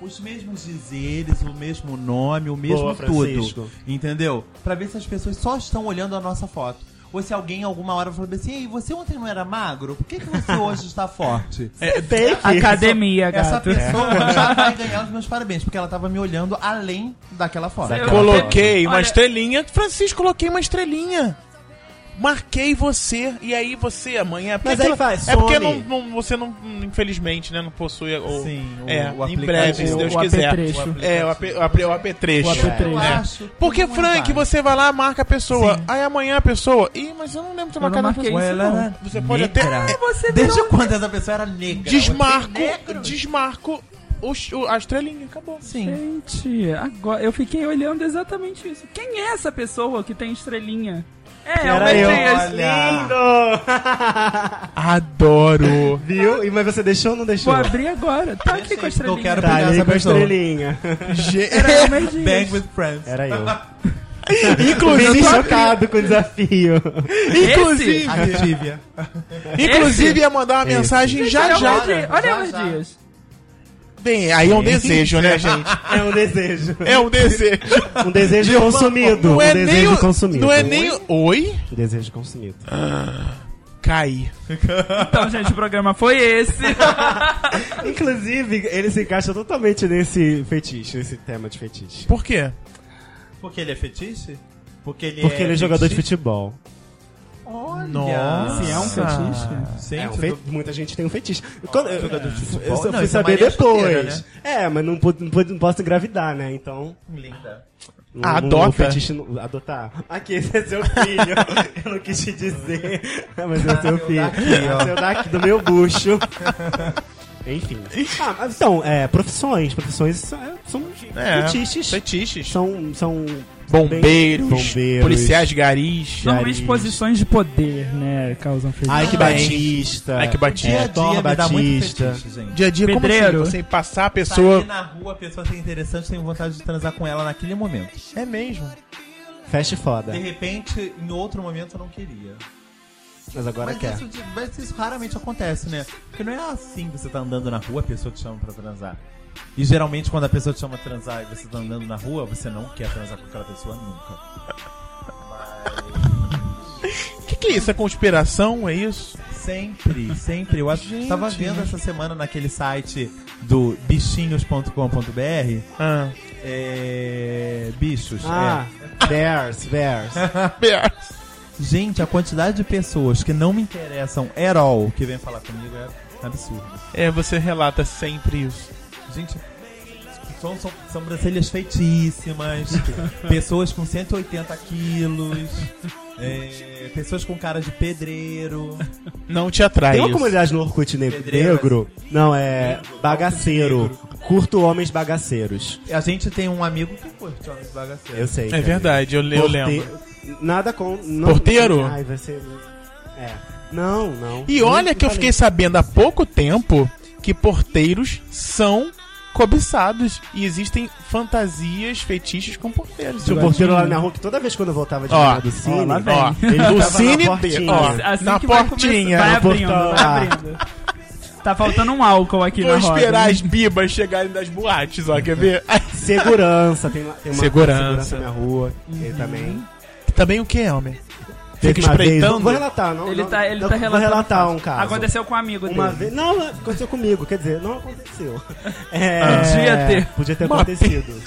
[SPEAKER 4] Os mesmos dizeres, o mesmo nome, o mesmo
[SPEAKER 2] Boa, Francisco.
[SPEAKER 4] tudo. Entendeu? Pra ver se as pessoas só estão olhando a nossa foto. Ou se alguém alguma hora falou assim, ei, você ontem não era magro? Por que, que você hoje está forte?
[SPEAKER 2] É Fake.
[SPEAKER 3] Academia,
[SPEAKER 4] Essa
[SPEAKER 3] gato. É.
[SPEAKER 4] pessoa
[SPEAKER 2] É.
[SPEAKER 4] já vai ganhar os meus parabéns, porque ela tava me olhando além daquela foto.
[SPEAKER 3] Eu-
[SPEAKER 1] Coloquei uma
[SPEAKER 3] Olha-
[SPEAKER 1] estrelinha. Francisco, coloquei uma estrelinha. Marquei você, e aí você amanhã.
[SPEAKER 2] Mas
[SPEAKER 1] porque
[SPEAKER 2] aí
[SPEAKER 1] não-
[SPEAKER 2] vai,
[SPEAKER 1] É porque
[SPEAKER 2] some.
[SPEAKER 1] não, não- você não, infelizmente, né, não possui. Ou,
[SPEAKER 4] Sim, o-
[SPEAKER 1] é,
[SPEAKER 4] o
[SPEAKER 1] em
[SPEAKER 4] aplicativo.
[SPEAKER 1] breve, se Deus
[SPEAKER 3] O
[SPEAKER 1] quiser.
[SPEAKER 3] apetrecho.
[SPEAKER 1] É, o, AP, o, AP, o apetrecho.
[SPEAKER 3] O apetrecho.
[SPEAKER 4] Eu
[SPEAKER 1] É.
[SPEAKER 4] acho. que
[SPEAKER 1] Porque,
[SPEAKER 4] não é
[SPEAKER 1] Frank,
[SPEAKER 4] válido.
[SPEAKER 1] você vai lá, marca a pessoa.
[SPEAKER 4] Sim.
[SPEAKER 1] Aí amanhã a pessoa. Ih, mas eu não lembro de ter
[SPEAKER 3] Eu não
[SPEAKER 1] marcado a
[SPEAKER 3] marquei
[SPEAKER 1] pessoa.
[SPEAKER 3] isso, não.
[SPEAKER 1] é Você pode até.
[SPEAKER 4] Negra.
[SPEAKER 3] Você
[SPEAKER 4] Desde
[SPEAKER 3] virou-
[SPEAKER 4] quando essa pessoa era negra?
[SPEAKER 1] Desmarco,
[SPEAKER 4] Você é negro?
[SPEAKER 1] desmarco o, ch- o- a estrelinha, acabou.
[SPEAKER 4] Sim.
[SPEAKER 3] Gente, agora eu fiquei olhando exatamente isso. Quem é essa pessoa que tem estrelinha? É, é o
[SPEAKER 2] Era eu.
[SPEAKER 3] Matias.
[SPEAKER 2] Lindo!
[SPEAKER 1] Adoro.
[SPEAKER 2] Viu? E Mas você deixou ou não deixou?
[SPEAKER 3] Vou abrir agora. Tá aqui
[SPEAKER 4] sei,
[SPEAKER 3] com a estrelinha.
[SPEAKER 4] eu quero-
[SPEAKER 2] Tá
[SPEAKER 4] pegar
[SPEAKER 2] ali
[SPEAKER 4] essa
[SPEAKER 2] com a
[SPEAKER 4] pessoa.
[SPEAKER 2] estrelinha.
[SPEAKER 3] Era o Matias.
[SPEAKER 4] Bang with friends.
[SPEAKER 2] Era eu. Fiquei
[SPEAKER 1] inclusive,
[SPEAKER 2] chocado com o desafio.
[SPEAKER 1] inclusive,
[SPEAKER 4] A Tívia.
[SPEAKER 1] inclusive ia mandar uma
[SPEAKER 2] Esse.
[SPEAKER 1] mensagem já
[SPEAKER 3] Era o
[SPEAKER 1] já.
[SPEAKER 3] Matias. Olha
[SPEAKER 4] já,
[SPEAKER 3] o
[SPEAKER 4] já.
[SPEAKER 3] Matias.
[SPEAKER 1] Bem, aí é um desejo, né, gente?
[SPEAKER 2] É um desejo.
[SPEAKER 1] É um desejo.
[SPEAKER 2] Um desejo consumido.
[SPEAKER 1] Não é
[SPEAKER 2] um
[SPEAKER 1] nem
[SPEAKER 2] desejo
[SPEAKER 1] o,
[SPEAKER 2] consumido.
[SPEAKER 1] Não é nem o- Oi?
[SPEAKER 2] Um desejo consumido.
[SPEAKER 1] Cai.
[SPEAKER 3] Então, gente, o programa foi esse.
[SPEAKER 2] Inclusive, ele se encaixa totalmente nesse fetiche, nesse tema de fetiche.
[SPEAKER 1] Por quê?
[SPEAKER 4] Porque ele é fetiche? Porque ele
[SPEAKER 2] Porque
[SPEAKER 4] é
[SPEAKER 2] ele é jogador de
[SPEAKER 4] fetiche?
[SPEAKER 2] futebol.
[SPEAKER 4] Olha.
[SPEAKER 1] Nossa.
[SPEAKER 3] Se é um fetiche.
[SPEAKER 4] Gente,
[SPEAKER 2] É, um
[SPEAKER 4] eu
[SPEAKER 2] fe-
[SPEAKER 4] tô-
[SPEAKER 2] Muita gente tem um fetiche. Quando- eu, eu só
[SPEAKER 4] Não,
[SPEAKER 2] fui
[SPEAKER 4] isso é
[SPEAKER 2] saber
[SPEAKER 4] Maria
[SPEAKER 2] depois.
[SPEAKER 4] Chuteira, né?
[SPEAKER 2] É, mas não, pude- não pude- não posso engravidar, né? Então.
[SPEAKER 4] Linda.
[SPEAKER 2] Um,
[SPEAKER 1] Ah,
[SPEAKER 2] Um,
[SPEAKER 1] adota.
[SPEAKER 2] fetiche no- adotar. Aqui, esse é seu filho. eu não quis te dizer, mas é seu
[SPEAKER 4] meu
[SPEAKER 2] filho.
[SPEAKER 4] daqui, ó.
[SPEAKER 2] seu daqui, do meu bucho. Enfim. Ah, mas então, é, profissões. Profissões são, é, são
[SPEAKER 4] É,
[SPEAKER 2] fetiches.
[SPEAKER 1] Fetiches.
[SPEAKER 2] São, são
[SPEAKER 1] Bombeiros,
[SPEAKER 2] bem- bombeiros.
[SPEAKER 1] policiais garis.
[SPEAKER 2] Nariz.
[SPEAKER 3] Normalmente posições de poder, né? Causam feliz.
[SPEAKER 2] Ike
[SPEAKER 1] Também.
[SPEAKER 2] Batista.
[SPEAKER 1] Ai que
[SPEAKER 4] Dia a
[SPEAKER 1] batia.
[SPEAKER 2] É, Thor
[SPEAKER 4] dia me dá muito
[SPEAKER 2] Batista.
[SPEAKER 4] fetiche, gente.
[SPEAKER 1] Dia a dia, como
[SPEAKER 3] Pedreiro.
[SPEAKER 1] assim? Você passar a
[SPEAKER 4] Sair
[SPEAKER 1] pessoa.
[SPEAKER 4] na rua, a pessoa ser interessante, tem vontade de transar com ela naquele momento.
[SPEAKER 1] É mesmo.
[SPEAKER 2] Fast foda.
[SPEAKER 1] Tá.
[SPEAKER 4] De repente, em outro momento eu não queria.
[SPEAKER 2] Mas agora
[SPEAKER 4] Mas
[SPEAKER 2] quer.
[SPEAKER 4] isso, de- mas isso raramente acontece, né? Porque não é assim que você tá andando na rua, a pessoa te chama pra transar. E geralmente quando a pessoa te chama pra transar e você tá andando na rua, você não quer transar com aquela pessoa nunca.
[SPEAKER 1] O que, que é isso? É conspiração? É isso?
[SPEAKER 4] Sempre, sempre. Eu acho que tava vendo essa semana naquele site do bichinhos.com.br.
[SPEAKER 1] Ah.
[SPEAKER 4] É... Bichos.
[SPEAKER 2] Ah, bears, bears.
[SPEAKER 4] é. Gente, a quantidade de pessoas que não me interessam at all que vem falar comigo é absurdo.
[SPEAKER 1] É, você relata sempre isso.
[SPEAKER 4] Gente, são, são sobrancelhas feitíssimas, pessoas com 180 quilos, é, pessoas com cara de pedreiro.
[SPEAKER 1] Não te atrai.
[SPEAKER 2] Tem uma
[SPEAKER 1] isso.
[SPEAKER 2] comunidade no Orkut ne-
[SPEAKER 4] Pedreiro,
[SPEAKER 2] negro? Não, é bagaceiro. Curto homens bagaceiros.
[SPEAKER 4] A gente tem um amigo que curte homens bagaceiros.
[SPEAKER 2] Eu sei.
[SPEAKER 1] É
[SPEAKER 2] cara.
[SPEAKER 1] verdade, eu, eu
[SPEAKER 2] Porte-
[SPEAKER 1] lembro.
[SPEAKER 2] Nada com... Não,
[SPEAKER 1] Porteiro?
[SPEAKER 2] Ai, vai ser... É. Não, não.
[SPEAKER 1] E
[SPEAKER 2] Nem
[SPEAKER 1] olha que eu
[SPEAKER 2] falei.
[SPEAKER 1] fiquei sabendo há pouco tempo que porteiros são cobiçados e existem fantasias, fetiches com porteiros.
[SPEAKER 2] Tinha um porteiro lá na rua que toda vez quando eu voltava de
[SPEAKER 1] Ó,
[SPEAKER 2] lá do cine...
[SPEAKER 3] ó, lá vem.
[SPEAKER 1] Ó,
[SPEAKER 2] Ele
[SPEAKER 1] do
[SPEAKER 2] tava
[SPEAKER 1] cine,
[SPEAKER 2] na portinha.
[SPEAKER 1] ó,
[SPEAKER 3] Assim
[SPEAKER 1] na
[SPEAKER 3] que vai
[SPEAKER 1] portinha.
[SPEAKER 3] começar-
[SPEAKER 2] no
[SPEAKER 3] Vai abrindo,
[SPEAKER 2] portão.
[SPEAKER 3] vai abrindo. Tá faltando um álcool aqui
[SPEAKER 1] Vou
[SPEAKER 3] na roda.
[SPEAKER 1] esperar
[SPEAKER 3] né?
[SPEAKER 1] as bibas chegarem das boates, ó, quer ver? Ai,
[SPEAKER 2] Segurança, tem, lá- tem uma
[SPEAKER 1] Segurança.
[SPEAKER 2] segurança na minha rua.
[SPEAKER 3] Uhum.
[SPEAKER 2] Ele também.
[SPEAKER 1] Também o que é, homem? Fica
[SPEAKER 2] Teve uma vez-
[SPEAKER 1] espreitando?
[SPEAKER 2] Vou relatar, não.
[SPEAKER 3] Ele
[SPEAKER 2] não-
[SPEAKER 3] tá, ele
[SPEAKER 2] não-
[SPEAKER 3] tá
[SPEAKER 2] vou
[SPEAKER 3] relatando.
[SPEAKER 2] relatar um
[SPEAKER 3] fato.
[SPEAKER 2] caso.
[SPEAKER 3] Aconteceu com um amigo
[SPEAKER 2] Uma
[SPEAKER 3] dele.
[SPEAKER 2] vez. Não, aconteceu comigo, quer dizer, não aconteceu. É,
[SPEAKER 3] Podia ter.
[SPEAKER 2] Podia ter
[SPEAKER 1] Uma
[SPEAKER 2] acontecido.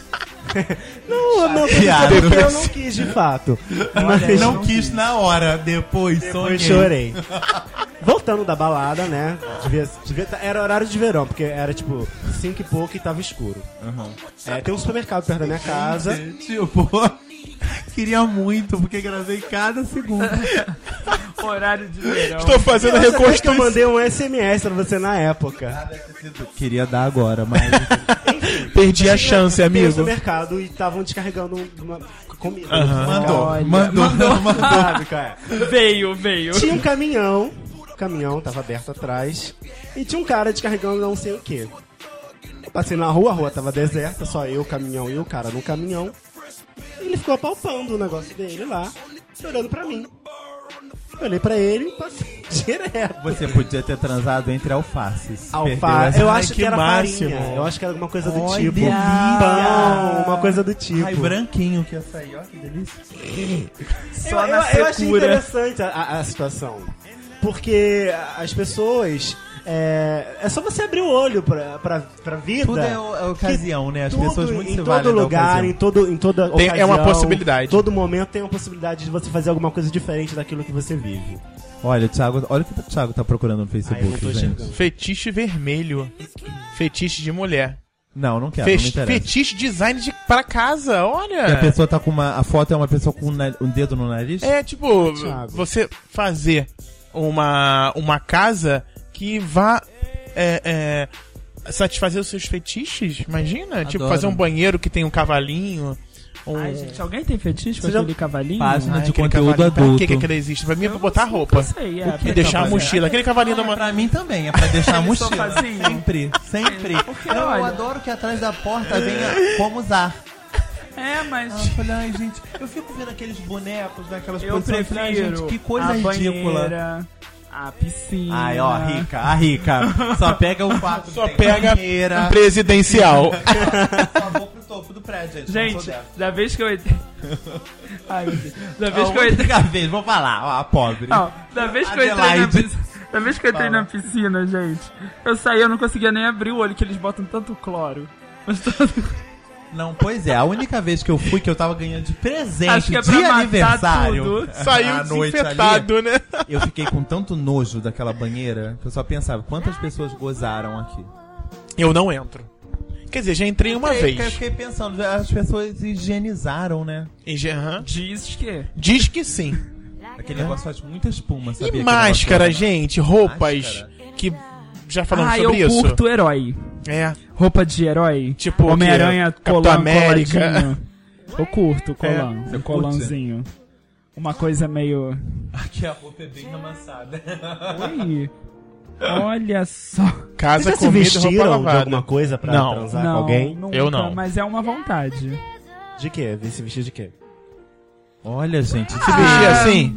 [SPEAKER 2] não, eu não
[SPEAKER 4] Chateado.
[SPEAKER 2] porque eu não quis de fato. Mas
[SPEAKER 4] É, Não quis na hora, depois,
[SPEAKER 2] eu
[SPEAKER 4] sonhei.
[SPEAKER 2] chorei. Voltando da balada, né? devia- devia tá- era horário de verão, porque era tipo 5 e pouco e tava escuro.
[SPEAKER 4] Uhum.
[SPEAKER 2] É, tem um supermercado perto da minha casa.
[SPEAKER 4] Tipo, queria muito, porque gravei cada segundo.
[SPEAKER 3] Horário de verão.
[SPEAKER 1] Estou fazendo a
[SPEAKER 2] Você sabe que eu
[SPEAKER 1] reconstrução.
[SPEAKER 2] mandei um SMS pra você na época.
[SPEAKER 4] Queria dar agora, mas.
[SPEAKER 1] Perdi a chance,
[SPEAKER 2] Tem um
[SPEAKER 1] amigo.
[SPEAKER 2] supermercado e estavam descarregando uma comida.
[SPEAKER 4] Mandou,
[SPEAKER 3] Olha.
[SPEAKER 4] mandou, mandou,
[SPEAKER 2] Sabe, é? cara?
[SPEAKER 3] Veio, veio.
[SPEAKER 2] Tinha um caminhão, o caminhão tava aberto atrás, e tinha um cara descarregando não sei o que. Eu passei na rua, a rua tava deserta, só eu, o caminhão e o cara no caminhão. Ele ficou apalpando o negócio dele lá, olhando pra mim. Eu olhei pra ele e passei direto.
[SPEAKER 4] Você podia ter transado entre alfaces. Perdeu
[SPEAKER 2] Alfa,
[SPEAKER 4] essa-
[SPEAKER 2] eu
[SPEAKER 1] Ai,
[SPEAKER 2] acho que,
[SPEAKER 1] que
[SPEAKER 2] era
[SPEAKER 1] máximo.
[SPEAKER 2] farinha, eu acho que era alguma coisa do
[SPEAKER 4] Olha!
[SPEAKER 2] tipo. Pão, uma coisa do tipo.
[SPEAKER 4] Ai, branquinho que ia sair, ó, que delícia.
[SPEAKER 2] Eu,
[SPEAKER 3] Só
[SPEAKER 2] eu,
[SPEAKER 3] na
[SPEAKER 2] eu achei
[SPEAKER 3] secura.
[SPEAKER 2] interessante a- a, a situação. Porque as pessoas. É, é só você abrir o olho pra, pra, pra vida.
[SPEAKER 4] Tudo é, o- é ocasião, né? As
[SPEAKER 2] Tudo,
[SPEAKER 4] pessoas muito
[SPEAKER 2] em
[SPEAKER 4] se
[SPEAKER 2] todo
[SPEAKER 4] valem da
[SPEAKER 2] lugar, em,
[SPEAKER 4] ocasião.
[SPEAKER 2] todo, em toda
[SPEAKER 1] Tem- é
[SPEAKER 2] ocasião,
[SPEAKER 1] uma possibilidade.
[SPEAKER 2] Todo momento tem uma possibilidade de você fazer alguma coisa diferente daquilo que você vive.
[SPEAKER 4] Olha, o Thiago, olha o que o Thiago tá procurando no Facebook,
[SPEAKER 2] Aí eu não tô
[SPEAKER 4] gente.
[SPEAKER 2] enxergando.
[SPEAKER 1] Fetiche vermelho. Fetiche de mulher.
[SPEAKER 4] Não, É, não quero,
[SPEAKER 1] Fe-
[SPEAKER 4] não me interessa.
[SPEAKER 1] fetiche design de, pra casa,
[SPEAKER 4] Que a
[SPEAKER 1] olha.
[SPEAKER 4] pessoa tá com uma. A foto é uma pessoa com um, na- um dedo no nariz?
[SPEAKER 1] É tipo,
[SPEAKER 2] Thiago.
[SPEAKER 1] você fazer uma, uma casa que vá é, é, satisfazer os seus fetiches, imagina? Tipo,
[SPEAKER 4] Adoro.
[SPEAKER 1] fazer um banheiro que tem um cavalinho. Um...
[SPEAKER 3] Ai, gente, alguém tem fetiche com
[SPEAKER 2] Você já-
[SPEAKER 3] aquele cavalinho?
[SPEAKER 4] Página de
[SPEAKER 1] aquele
[SPEAKER 4] conteúdo
[SPEAKER 1] cavalinho, pra
[SPEAKER 4] adulto.
[SPEAKER 1] que, que aquele existe? Pra mim é pra né? botar
[SPEAKER 3] Eu
[SPEAKER 1] roupa.
[SPEAKER 3] sei, é.
[SPEAKER 4] O que
[SPEAKER 1] E
[SPEAKER 3] porque-
[SPEAKER 1] deixar a
[SPEAKER 4] cavalinho?
[SPEAKER 1] mochila. Aquele cavalinho da
[SPEAKER 4] Não, é
[SPEAKER 1] uma... um
[SPEAKER 4] pra mim também, é pra deixar a mochila.
[SPEAKER 3] Sofazinho.
[SPEAKER 4] Sempre, sempre.
[SPEAKER 3] Porque,
[SPEAKER 4] Não, eu
[SPEAKER 3] olha-
[SPEAKER 4] adoro que atrás da porta venha como usar.
[SPEAKER 3] É, mas.
[SPEAKER 4] Ah, eu falei, ai, gente, eu fico vendo aqueles bonecos naquelas
[SPEAKER 3] Eu
[SPEAKER 4] posições. eu falei, ai,
[SPEAKER 3] prefiro.
[SPEAKER 4] gente, que coisa
[SPEAKER 3] a
[SPEAKER 4] ridícula.
[SPEAKER 3] banheira, A piscina.
[SPEAKER 4] Ai, ó, a rica, a rica. Só pega o quarto.
[SPEAKER 1] Só pega um
[SPEAKER 4] Banheira.
[SPEAKER 1] presidencial.
[SPEAKER 4] Só vou pro topo do prédio, gente. não
[SPEAKER 3] Gente,
[SPEAKER 4] sou dessa.
[SPEAKER 3] da vez que eu entrei. Ai, meu Deus. Da vez
[SPEAKER 4] Ó,
[SPEAKER 3] que eu entrei.
[SPEAKER 4] única vez, vou falar, ó, a pobre.
[SPEAKER 3] Não, da vez que eu entrei na
[SPEAKER 4] Adelaide.
[SPEAKER 3] piscina. Da vez que eu entrei
[SPEAKER 4] Fala.
[SPEAKER 3] na piscina, gente, eu saí, eu não conseguia nem abrir o olho, que eles botam tanto cloro. Mas tanto...
[SPEAKER 4] Não, pois é, a única vez que eu fui que eu tava ganhando de presente
[SPEAKER 3] Acho que é pra
[SPEAKER 4] de
[SPEAKER 3] matar
[SPEAKER 4] aniversário.
[SPEAKER 3] tudo.
[SPEAKER 1] Saiu
[SPEAKER 4] à noite
[SPEAKER 1] desinfetado, né?
[SPEAKER 4] ali, eu fiquei com tanto nojo daquela banheira que eu só pensava, quantas pessoas gozaram aqui?
[SPEAKER 1] Eu não entro. Quer dizer, já entrei uma
[SPEAKER 4] Aí, Eu
[SPEAKER 1] vez.
[SPEAKER 4] fiquei pensando, as pessoas higienizaram, né?
[SPEAKER 1] E já- aham.
[SPEAKER 3] Diz que.
[SPEAKER 1] Diz que sim.
[SPEAKER 3] É.
[SPEAKER 4] Aquele negócio faz muita espuma, sabia?
[SPEAKER 1] E
[SPEAKER 4] Aquele
[SPEAKER 1] máscara,
[SPEAKER 4] negócio-
[SPEAKER 1] gente, roupas
[SPEAKER 4] Máscara?
[SPEAKER 1] que já falamos
[SPEAKER 3] ah,
[SPEAKER 1] sobre
[SPEAKER 3] eu
[SPEAKER 1] isso.
[SPEAKER 3] curto herói.
[SPEAKER 1] É.
[SPEAKER 3] Roupa de herói.
[SPEAKER 1] Tipo,
[SPEAKER 3] Homem-Aranha,
[SPEAKER 1] que- Capitão
[SPEAKER 3] colão,
[SPEAKER 1] América.
[SPEAKER 3] coladinho. Eu curto colão.
[SPEAKER 4] você
[SPEAKER 3] um
[SPEAKER 4] curte?
[SPEAKER 3] colãozinho. Uma coisa meio...
[SPEAKER 4] Aqui a roupa é bem amassada.
[SPEAKER 3] Oi. Olha só.
[SPEAKER 2] Vocês
[SPEAKER 1] Casa,
[SPEAKER 2] já se
[SPEAKER 1] comida e roupa
[SPEAKER 2] vestiram de
[SPEAKER 1] lavada.
[SPEAKER 2] alguma coisa pra
[SPEAKER 1] Não.
[SPEAKER 2] transar
[SPEAKER 3] não,
[SPEAKER 2] com alguém?
[SPEAKER 3] nunca,
[SPEAKER 1] Eu não.
[SPEAKER 3] Mas é uma vontade.
[SPEAKER 2] De quê? Se vestir de quê?
[SPEAKER 4] Olha, gente, é
[SPEAKER 1] Se
[SPEAKER 3] Ah.
[SPEAKER 1] vestir assim?